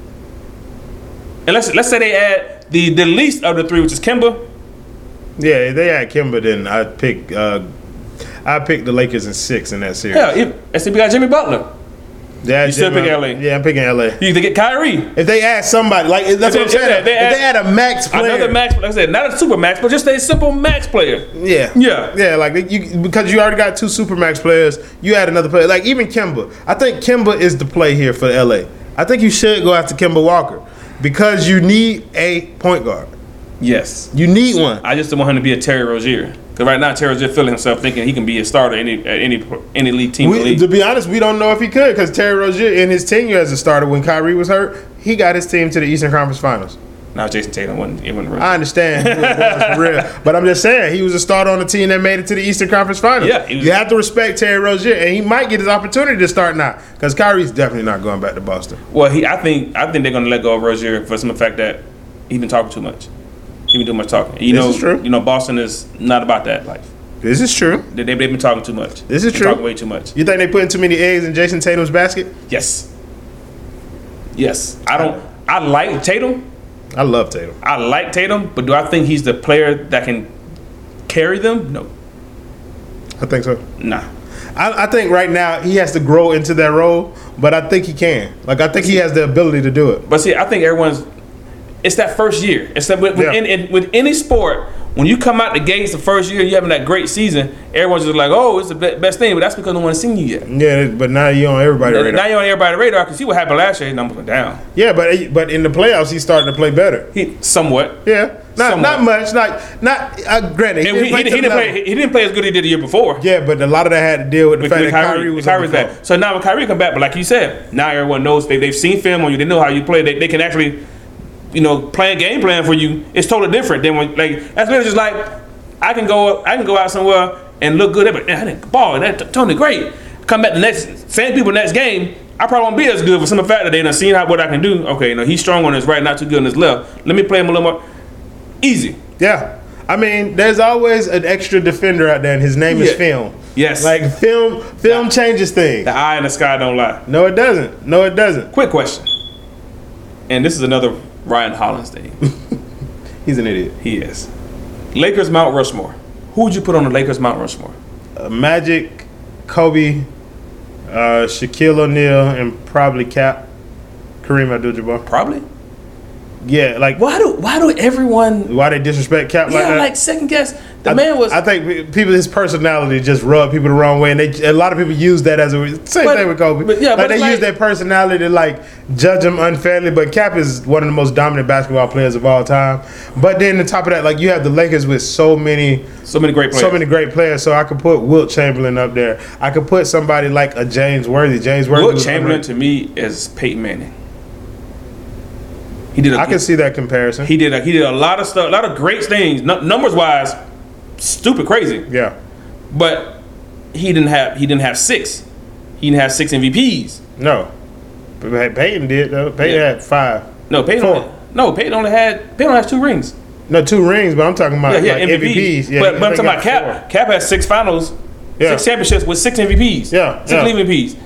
And let's let's say they add the the least of the three, which is Kimba. Yeah, if they had Kimber, then I pick. Uh, I picked the Lakers in six in that series. Yeah, if, let's say we got Jimmy Butler. They had you still Jimmy- pick LA. Yeah, I'm picking LA. You either get Kyrie, If they add somebody, like that's what If I'm they- saying. if they if they add- had a max player, another max. Like I said, not a super max, but just a simple max player. Yeah. Yeah. Yeah, like they- you because you already got two supermax players, you add another player. Like even Kimba. I think Kimba is the play here for LA. I think you should go after Kimba Walker because you need a point guard. Yes. You need one. I just don't want him to be a Terry Rozier. Because right now, Terry Rozier feeling himself thinking he can be a starter any, at any any league team. in the We, league. to be honest, we don't know if he could because Terry Rozier in his tenure as a starter when Kyrie was hurt, he got his team to the Eastern Conference Finals. now, Jason Tatum wasn't, it wasn't real. I understand, who it was for real, but I'm just saying he was a starter on a team that made it to the Eastern Conference Finals. Yeah, he was- you have to respect Terry Rozier, and he might get his opportunity to start now because Kyrie's definitely not going back to Boston. well, he, I think I think they're going to let go of Rozier for some fact that he been talking too much. He been doing much talking. You This know, is true. You know, Boston is not about that life. This is true. They, they, have been talking too much. This is They true. Talking way too much. You think they putting too many eggs in Jason Tatum's basket? Yes. Yes. I don't. I like Tatum. I love Tatum. I like Tatum, but do I think he's the player that can carry them? No. I think so. Nah. I, I think right now he has to grow into that role, but I think he can. Like I think he has the ability to do it. But see, I think everyone's it's that first year. It's that with, with, Yeah. in- in- with any sport, when you come out the gates the first year, you having that great season. Everyone's just like, "Oh, it's the be- best thing," but that's because no one's seen you yet. Yeah, but now you on everybody right Now now. you're on everybody's radar. I can see what happened last year. His numbers went down, Yeah, but but in the playoffs he's starting to play better. he somewhat. Yeah, not Somewhat. not much. Not not uh, granted. And he, he, play he to the didn't play. level. He he didn't play as good as he did the year before. Yeah, but a lot of that had to deal with the With, fact with that Kyrie, Kyrie, was Kyrie's on the back. So now when Kyrie come back, but like you said, now everyone knows they they've seen film on you. They know how you play. They, they can actually, you know, play a game plan for you. It's totally different than when like that's literally just like I can go I can go out somewhere and look good. But I didn't ball that Tony great. Come back the next same people next game. I probably won't be as good for some of the fact that they done seen how what I can do. Okay, you know he's strong on his right, not too good on his left. Let me play him a little more easy. Yeah, I mean, there's always an extra defender out there, and his name is Yeah. film. Yes. Like film, film changes things. the eye in the sky don't lie. No, it doesn't. No, it doesn't. Quick question. And this is another Ryan Hollins thing. He's an idiot. he is. Lakers Mount Rushmore. Who would you put on the Lakers Mount Rushmore? Uh, Magic, Kobe, uh, Shaquille O'Neal, and probably Cap, Kareem Abdul-Jabbar. Probably. Yeah, like Why do why do everyone why they disrespect Cap like yeah that? like second guess? The I- man was I think pe- people, his personality just rub people the wrong way, and they a lot of people use that as a re- same But- thing with Kobe. but yeah, like but they it's like- use their personality to like judge him unfairly. But Cap is one of the most dominant basketball players of all time. But then on top of that, like you have the Lakers with so many, so many great players. so many great players. So I could put Wilt Chamberlain up there. I could put somebody like a James Worthy. James Worthy. Will was Chamberlain under- to me is Peyton Manning. He did. A, I can see that comparison. He did. A, he did a lot of stuff. A lot of great things. numbers wise, stupid crazy. yeah. But he didn't have. He didn't have six. He didn't have six MVPs. No. But Pey- Peyton did though. Peyton Yeah. had five. No, Peyton. Four. Only, no, Peyton only had. Peyton only has two rings. No, two rings, but I'm talking about Yeah, like yeah, MVPs. MVPs. Yeah, but, but I'm they talking got about Cap. four. Cap has six finals, Yeah. six championships with six MVPs. Yeah, six yeah. league MVPs.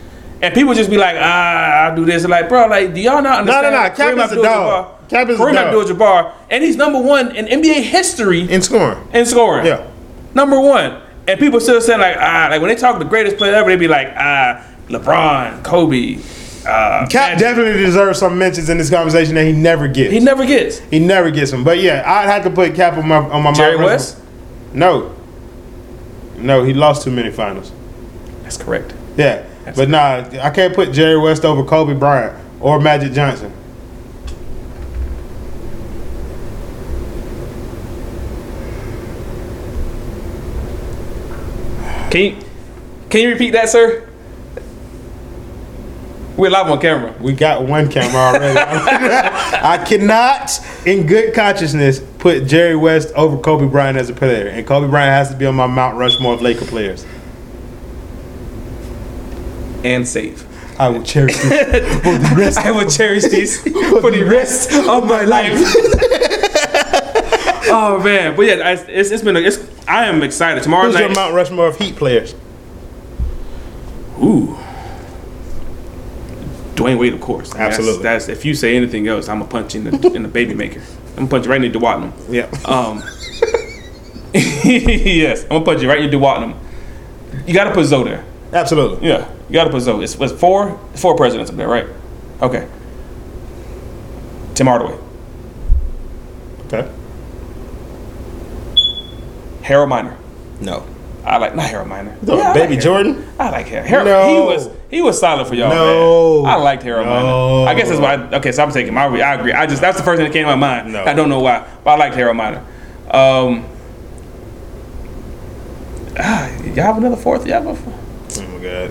And people just be like, ah, I'll do this. Like, bro, like, do y'all not understand? no, no. Cap Kareem is a dog. Abdul-Jabbar- Cap is a Kareem dog. Abdul-Jabbar, and he's number one in NBA history in scoring. in scoring. Yeah. Number one. And people still saying like ah like when they talk the greatest player ever, they be like ah LeBron, Kobe, uh, Cap Magic. definitely deserves some mentions in this conversation that he never gets. He He, never gets never gets them. But yeah, I'd have to put Cap on my on my Jerry Mount West. Rushmore. No, no, he lost too many finals. That's correct. Yeah, but nah, I can't put Jerry West over Kobe Bryant or Magic Johnson. Can you can you repeat that, sir? We're live on camera. We got one camera already. I cannot, in good consciousness, put Jerry West over Kobe Bryant as a player, and Kobe Bryant has to be on my Mount Rushmore of Laker players. and save. I will cherish this for the rest I will cherish this for the rest of my life. oh man, but yeah, I- it's, it's been a, it's. I am excited. Tomorrow Who's your night. Mount Rushmore of Heat players? Ooh. Dwayne Wade, of course. That's- Absolutely. That's, if you say anything else, I'm gonna punch you in the in the baby maker. I'm gonna punch you right in the duodenum. Yeah. Um. yes, I'm gonna punch you right in the duodenum. You gotta put Zoe there. Absolutely. Yeah, you gotta put Zoe. It's was four four presidents up there, right? Okay. Tim Hardaway, Okay. Harold Miner. No. I like not Harold Miner. The Yeah, I baby like Harold- Jordan? I like Harold. Harold No. he was he was solid for y'all. No. man. I liked Harold No. Miner. I guess that's why. I, okay, so I'm taking my. I agree. I just that's the first thing that came to my mind. No. I don't know why, but I liked Harold Miner. Um, ah, y'all have another fourth. Y'all have a fourth? Oh my god.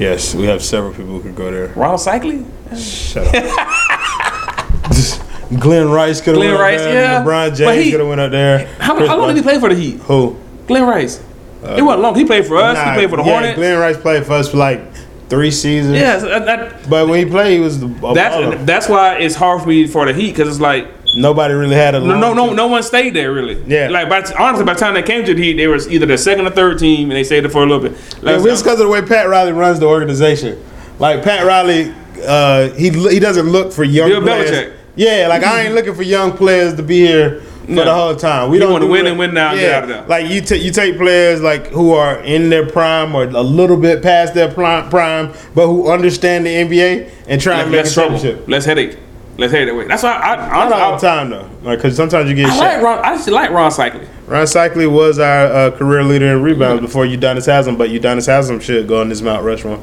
Yes, we have several people who could go there. Ronald Cycli. Shut up. Glenn Rice could have Glenn went Rice, up there. yeah. LeBron But James he- could have went up there. How, Chris how long did he Bosh- play for the Heat? Who? Glenn Rice. it wasn't long. He played for us. Uh, Nah, he played for the yeah, Hornets. Glenn Rice played for us for like three seasons. yeah, so that- that- But when he played, he was the, a that's baller. that's why it's hard for me for the Heat because it's like Nobody really had a No, no, no, long- no one stayed there really. Yeah. Like, by t- honestly, by the time they came to the Heat, they was either the second or third team, and they stayed there for a little bit. Yeah, Like, it's because of the way Pat Riley runs the organization. Like Pat Riley, uh, he he doesn't look for young Bill players. Belichick. Yeah, like I ain't looking for young players to be here for No. the whole time. We You don't wanna do win that. and win now and get out of there. Like you take you take players like who are in their prime or a little bit past their pli- prime, but who understand the NBA and try and make a less trouble, championship. less headache, less headache. Wait, that's why I, I, Not honestly, all the I, time though, like because sometimes you get I shot. like Ron. I actually like Ron Cycling. Ron Cycli was our uh, career leader in rebounds before Udonis Haslam, but Udonis Haslam should go on this Mount Rushmore.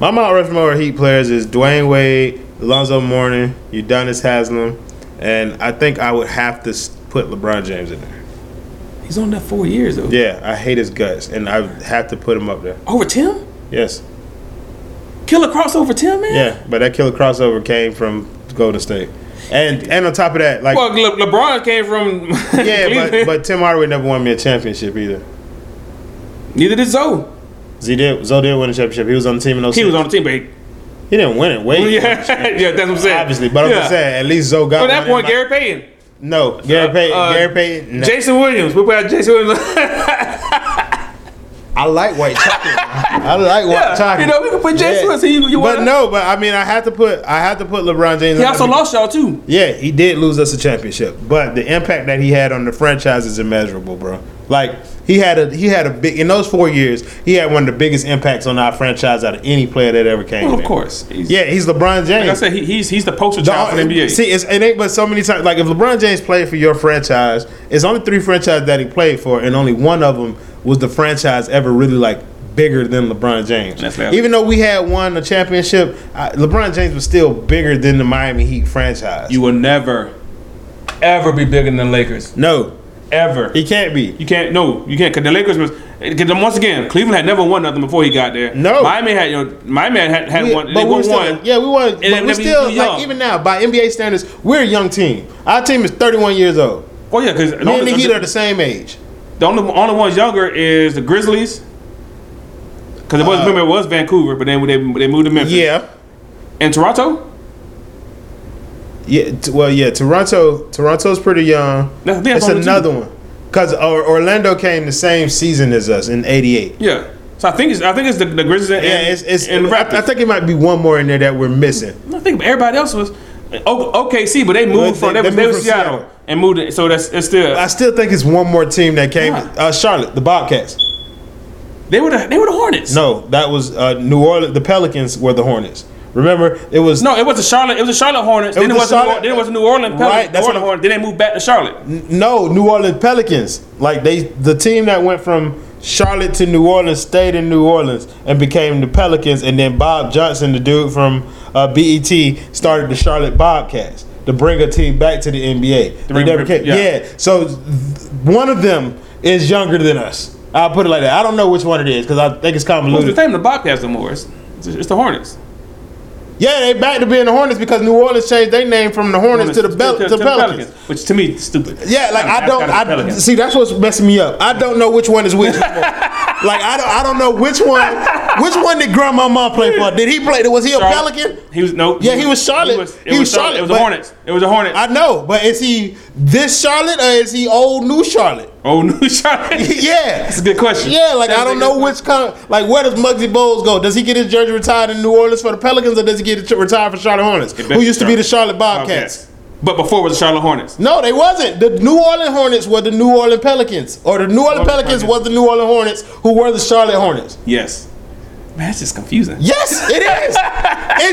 My Mount Rushmore of Heat players is Dwayne Wade, Alonzo Mourning, Udonis Haslam, and I think I would have to s- put LeBron James in there. He's on that four years though. Yeah, I hate his guts, and I have to put him up there. Over Tim, Yes, killer crossover Tim man. yeah, but that killer crossover came from Golden State, and and on top of that, like Well, Le- LeBron came from yeah, but, Cleveland. but Tim Hardaway never won me a championship either. neither did Zoe. Z did Zoe did win a championship. He was on the team in 06. He was on the team, but he- He didn't win it. Wade yeah, yeah, that's what I'm saying. Obviously, but I'm yeah. just saying, at least Zoe got At that one point, in my- Gary Payton, No, Gary Uh, Payton. uh, Gary Payton. No. Jason Williams, we put out Jason Williams. I like white chocolate. I like white Yeah, chocolate. you know, we can put Jay Swiss, he- you but wanna- no, but I mean, I had to put I had to put LeBron James. He on also there. lost y'all too. Yeah, he did lose us a championship, but the impact that he had on the franchise is immeasurable, bro. Like he had a he had a big in those four years, he had one of the biggest impacts on our franchise out of any player that ever came. Well, of in. course. He's, Yeah, he's LeBron James. Like I said, he, he's he's the poster child for the NBA. See, it's, it ain't but so many times. Like if LeBron James played for your franchise, it's only three franchises that he played for, and only one of them was the franchise ever really like bigger than LeBron James. That's fair. Even though we had won a championship, I, LeBron James was still bigger than the Miami Heat franchise. you will never, ever be bigger than the Lakers. no, Ever. he can't be. You can't. No, you can't. Cause the Lakers was. Cause then once again, Cleveland had never won nothing before he got there. No. Miami had. You know, Miami had had, had We- one. but they we won still, one. yeah, we won. But then we we- still we like young. even now by NBA standards, we're a young team. Our team is 31 years old. Oh yeah, because the, Me and only- the Heat are the the, same age. only only ones younger is the Grizzlies. Because it was remember it was Vancouver, but then when they they moved to Memphis. Uh, Yeah. And Toronto. Yeah, t- well, yeah. Toronto, Toronto's pretty young. No, I think that's It's only two. another one because Orlando came the same season as us in '88. Yeah. So I think it's I think it's the, the Grizzlies and, Yeah, it's, it's and the Raptors. I, I think it might be one more in there that we're missing. I think everybody else was O- OKC, but they moved Well, from they- they they, was- they moved was from Seattle, Seattle. and moved. It, so that's it's still I still think it's one more team that came. Yeah. Uh, Charlotte, the Bobcats. they were the, they were the Hornets. No, that was uh, New Orleans. The Pelicans were the Hornets. Remember, it was No, it was the Charlotte. It was the Charlotte Hornets. It then it was was the the Charlotte- New, then it was the New Orleans Pelicans. Right, that's New what Orleans Hornets. Then they moved back to Charlotte. No, New Orleans Pelicans. Like they, the team that went from Charlotte to New Orleans stayed in New Orleans and became the Pelicans, and then Bob Johnson, the dude from uh, BET, started the Charlotte Bobcats to bring a team back to the NBA. They bring- never came. Yeah. yeah. So th- one of them is younger than us. I'll put it like that. I don't know which one it is because I think it's Who's the convoluted. name? The Bobcats no more. It's, it's, it's the Hornets. Yeah, they back to being the Hornets because New Orleans changed their name from the Hornets, to the, Bel- to, Pelicans. which to me is stupid. Yeah, like I That's don't. gotta be I Pelicans. see. That's what's messing me up. I don't know which one is which. anymore. like I don't. I don't know which one. Which one did Grandma Mom play for? Did he play? Was he a Charlotte. Pelican? He was no. Yeah, he was Charlotte. He was, it He was was Charlotte. It was the Charlotte, Hornets. It was the Hornets. I know, but is he this Charlotte or is he old new Charlotte? oh, New Charlotte. yeah. That's a good question. Yeah, like That's I a don't good know which kind. Of, like where does Muggsy Bowles go? Does he get his jersey retired in New Orleans for the Pelicans, or does he get it retired for Charlotte Hornets, better who used to be the Charlotte Bobcats? Bobcats. But before it was the Charlotte Hornets. No, they wasn't. The New Orleans Hornets were the New Orleans Pelicans, or the New Orleans Orleans Pelicans Pelicans. was the New Orleans Hornets, who were the Charlotte Hornets. Yes. Man, that's just confusing. Yes, it is.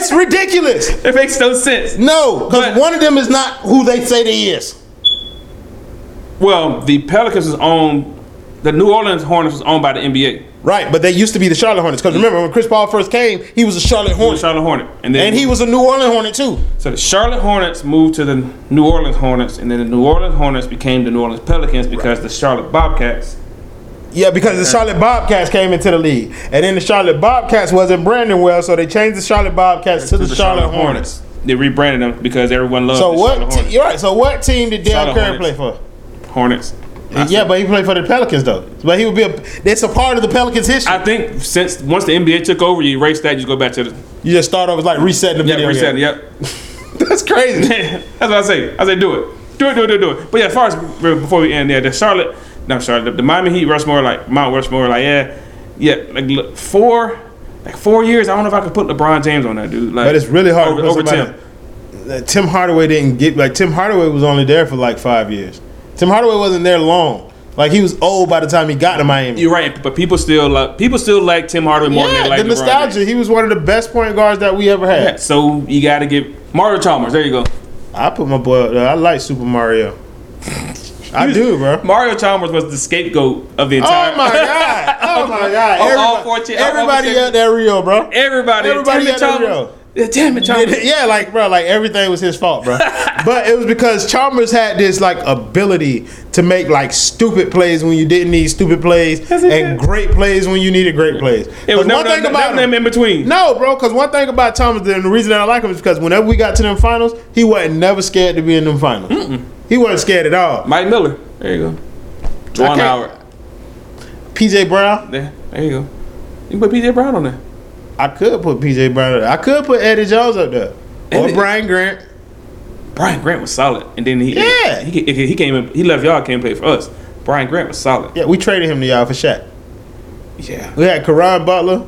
it's ridiculous. It makes no sense. No, because But- one of them is not who they say they is. Well, the Pelicans was owned. The New Orleans Hornets was owned by the NBA. Right, but they used to be the Charlotte Hornets. Because remember, when Chris Paul first came, he was a Charlotte The Hornet, Charlotte Hornet, and then and he was a New Orleans Hornet too. So the Charlotte Hornets moved to the New Orleans Hornets, and then the New Orleans Hornets became the New Orleans Pelicans because the Charlotte Bobcats. Yeah, because the Charlotte Bobcats came into the league, and then the Charlotte Bobcats wasn't branding well, so they changed the Charlotte Bobcats to the, Charlotte, Hornets. They rebranded them because everyone loved So the what? Charlotte Te- Hornets. you're right. So what team did Dale Charlotte Curry play Hornets. for? Hornets. I Yeah, but he played for the Pelicans though. But he would be a. That's a part of the Pelicans history. I think since once the NBA took over, you erase that, you go back to the you just start over like resetting the yeah, video. reset. game. Yep. That's crazy. That's what I say. I say do it, do it, do it, do it, do it. But yeah, as far as before we end, yeah, the Charlotte, not Charlotte, the, the Miami Heat, Rushmore, like Mount Rushmore, like yeah, yeah, like look, four, like four years. I don't know if I could put LeBron James on that dude. Like, But it's really hard over, to put over somebody- Tim. Uh, Tim Hardaway didn't get like Tim Hardaway was only there for like five years. Tim Hardaway wasn't there long. Like he was old by the time he got to Miami. You're right, but people still like people still like Tim Hardaway more yeah, than they like the LeBron nostalgia. James. He was one of the best point guards that we ever had. Yeah, so you got to give Mario Chalmers. There you go. I put my boy. Up there. I like Super Mario. I do, bro. Mario Chalmers was the scapegoat of the entire. Oh my god! Oh my god! Of all Everybody- four teams- of all everybody teams. out there, Rio, bro. Everybody Everybody, Everybody had Timmy to Chalmers. go. Yeah, Timmy Chalmers. yeah, like bro, like everything was his fault, bro. but it was because Chalmers had this like ability to make like stupid plays when you didn't need stupid plays, Yes, he and did. great plays when you needed great plays. It 'Cause was no, no, no, no him- name in between. no, bro, because one thing about Thomas, and the reason that I like him is because whenever we got to them finals, he wasn't never scared to be in them finals. He wasn't scared at all. Mike Miller. There you go. Juwan can't- Howard. PJ Brown, There, there you go. You can put PJ Brown on there. I could put PJ Brown. Up there. I could put Eddie Jones up there, or Eddie- Brian Grant. Brian Grant was solid, and then he Yeah. he, he, he came in, he left y'all came play for us. Brian Grant was solid. Yeah, we traded him to y'all for Shaq. Yeah. We had Karan Butler.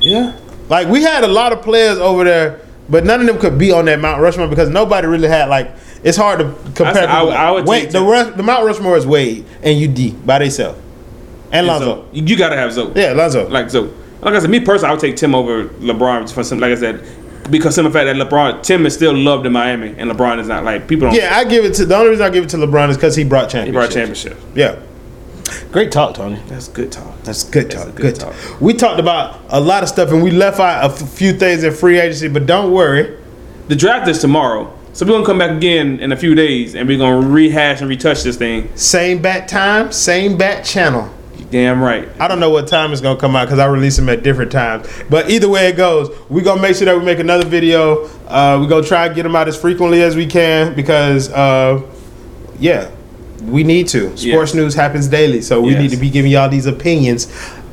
Yeah. Like we had a lot of players over there, but none of them could be on that Mount Rushmore because nobody really had like. It's hard to compare. I said, I would- I would Wade- take the two. Rush, the Mount Rushmore is Wade and UD by themselves, and Lonzo. So, you, you gotta have Zoe. Yeah, Lonzo. Like Zoe. Like I said, me personally, I would take Tim over LeBron for some. Like I said, because some of the fact that LeBron, Tim is still loved in Miami, and LeBron is not like people don't. yeah, I give it to the only reason I give it to LeBron is because he brought he championship. brought championship. Yeah. Great talk, Tony. That's good talk. That's good That's talk. a good good talk. talk. We talked about a lot of stuff and we left out a f- few things in free agency, but don't worry. The draft is tomorrow, so we're gonna come back again in a few days, and we're gonna rehash and retouch this thing. Same bat time, same bat channel. You Damn right. I don't know what time it's gonna come out because I release them at different times. But either way it goes, we gonna make sure that we make another video. Uh, we gonna try and get them out as frequently as we can because, uh, yeah, we need to. Sports Yes. news happens daily, so we Yes. need to be giving y'all these opinions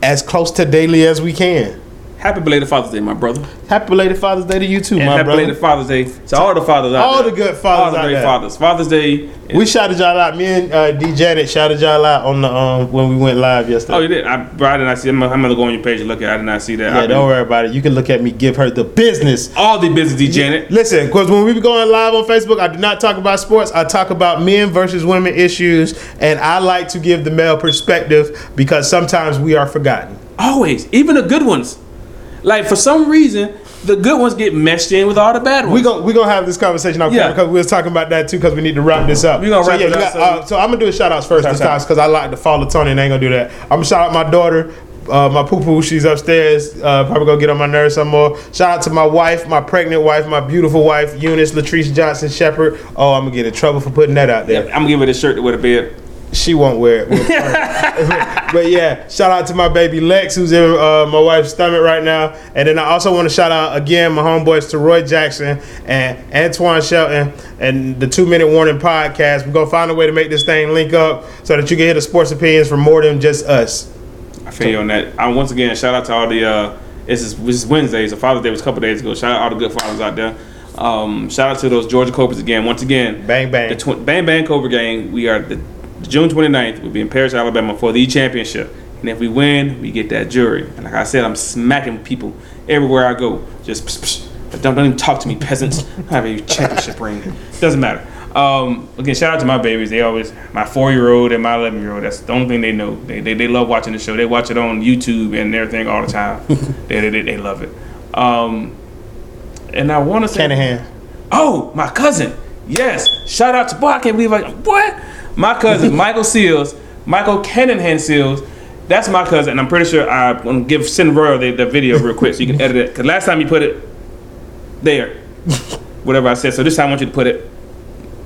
as close to daily as we can. Happy belated Father's Day, my brother. Happy belated Father's Day to you too, And my happy brother. belated Father's Day to all the fathers out All there. the good fathers all the out great there. fathers. Father's Day. Is, We shouted y'all out. Me and uh, D Janet shouted y'all out on the um when we went live yesterday. oh, you did. I, bro, I did not see. I'm, gonna- I'm gonna go on your page and look at. it. I did not see that. yeah, I don't been- worry about it. You can look at me give her the business. All the business, Janet. Listen, because when we be going live on Facebook, I do not talk about sports. I talk about men versus women issues, and I like to give the male perspective because sometimes we are forgotten. Always, even the good ones. Like for some reason, the good ones get meshed in with all the bad ones. We gon' we gonna have this conversation off Yeah. because we was talking about that too because we need to wrap this up. We gonna wrap so, it up, you so- uh, so I'm gonna do a shout outs first Shout this out. time because I like to follow Tony and I ain't gonna do that. I'm gonna shout out my daughter. Uh, my poo poo, she's upstairs. Uh, probably gonna get on my nerves some more. Shout out to my wife, my pregnant wife, my beautiful wife, Eunice Latrice Johnson Shepherd. Oh, I'm gonna get in trouble for putting that out there. I'm gonna give her the shirt to wear to bed. She won't wear it. We'll burn it. but yeah, shout out to my baby Lex, who's in uh, my wife's stomach right now. And then I also want to shout out again my homeboys to Roy Jackson and Antoine Shelton and the Two Minute Warning podcast. We're going to find a way to make this thing link up so that you can hear the sports opinions from more than just us. I feel you on that. I once again shout out to all the. Uh, this is this is Wednesday, so Father's Day was a couple days ago. Shout out all the good fathers out there. Um, shout out to those Georgia Cobras again. Once again, Bang, bang. The tw- Bang Bang Cobra Gang. We are the June 29th. We'll be in Paris, Alabama for the championship. And if we win, we get that jury. And like I said, I'm smacking people everywhere I go. Just psh, psh. But don't, don't even talk to me, peasants. I have a championship ring. Doesn't matter. Um, again, shout out to my babies. They always my four year old and my eleven year old. That's the only thing they know. They, they, they love watching the show. They watch it on YouTube and everything all the time. they, they, they, they love it. Um, and I want to say Shanahan. Oh, my cousin. Yes. Shout out to boy. I can't believe I what? My cousin Michael Seals, Michael Cannonhan Seals. That's my cousin. And I'm pretty sure I'm gonna give send Royal the, the video real quick so you can edit it. Cause last time you put it there, whatever I said. So this time I want you to put it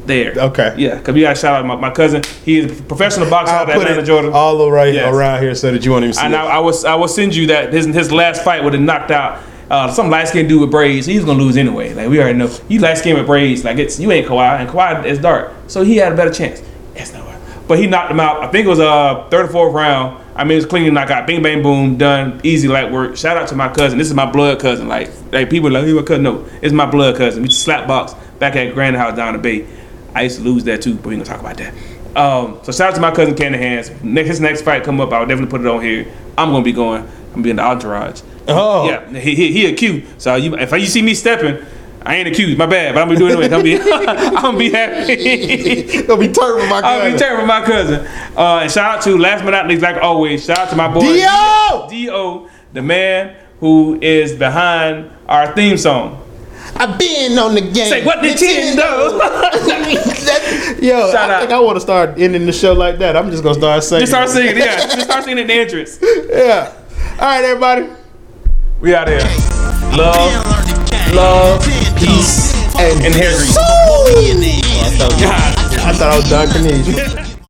there. Okay. Yeah. Cause we gotta shout out my, my cousin. He is a professional boxer I'll out of put Atlanta, it Jordan. all right Yes. around here so that you won't even see And it. I, I was I will send you that his his last fight would have knocked out uh, some light skinned dude with braids. He's gonna lose anyway. Like we already know, you light skinned with braids. Like it's you ain't Kawhi, and Kawhi is dark, so he had a better chance. That's not right. But he knocked him out. I think it was uh third or fourth round. I mean, it was clean knockout. Bing, bang, boom, done. Easy light work. Shout out to my cousin. This is my blood cousin. Like, like people are like, you a cousin? No, it's my blood cousin. We slap box back at Grand House down the bay. I used to lose that too, but we ain't gonna talk about that. Um, so shout out to my cousin Canahan's. Next his next fight come up, I'll definitely put it on here. I'm gonna be going. I'm gonna be in the entourage. Oh. yeah, he, he, he a Q. So you, if you see me stepping, I ain't accused. My bad, but I'm gonna do it anyway. I'm gonna be, I'm gonna be happy. I'll be turning with my I'll be cousin. terrible, my cousin. Uh, and shout out to last but not least, like always, shout out to my boy Dio! Dio, the man who is behind our theme song. I've been on the game. Say what Nintendo? Yo, Shout I out. think I want to start ending the show like that. I'm just gonna start saying. Just start singing, yeah. Just start singing in the entrance. Yeah. All right, everybody. We out here. Love, love, peace, And and hair grease. Woo! I thought I was done for these.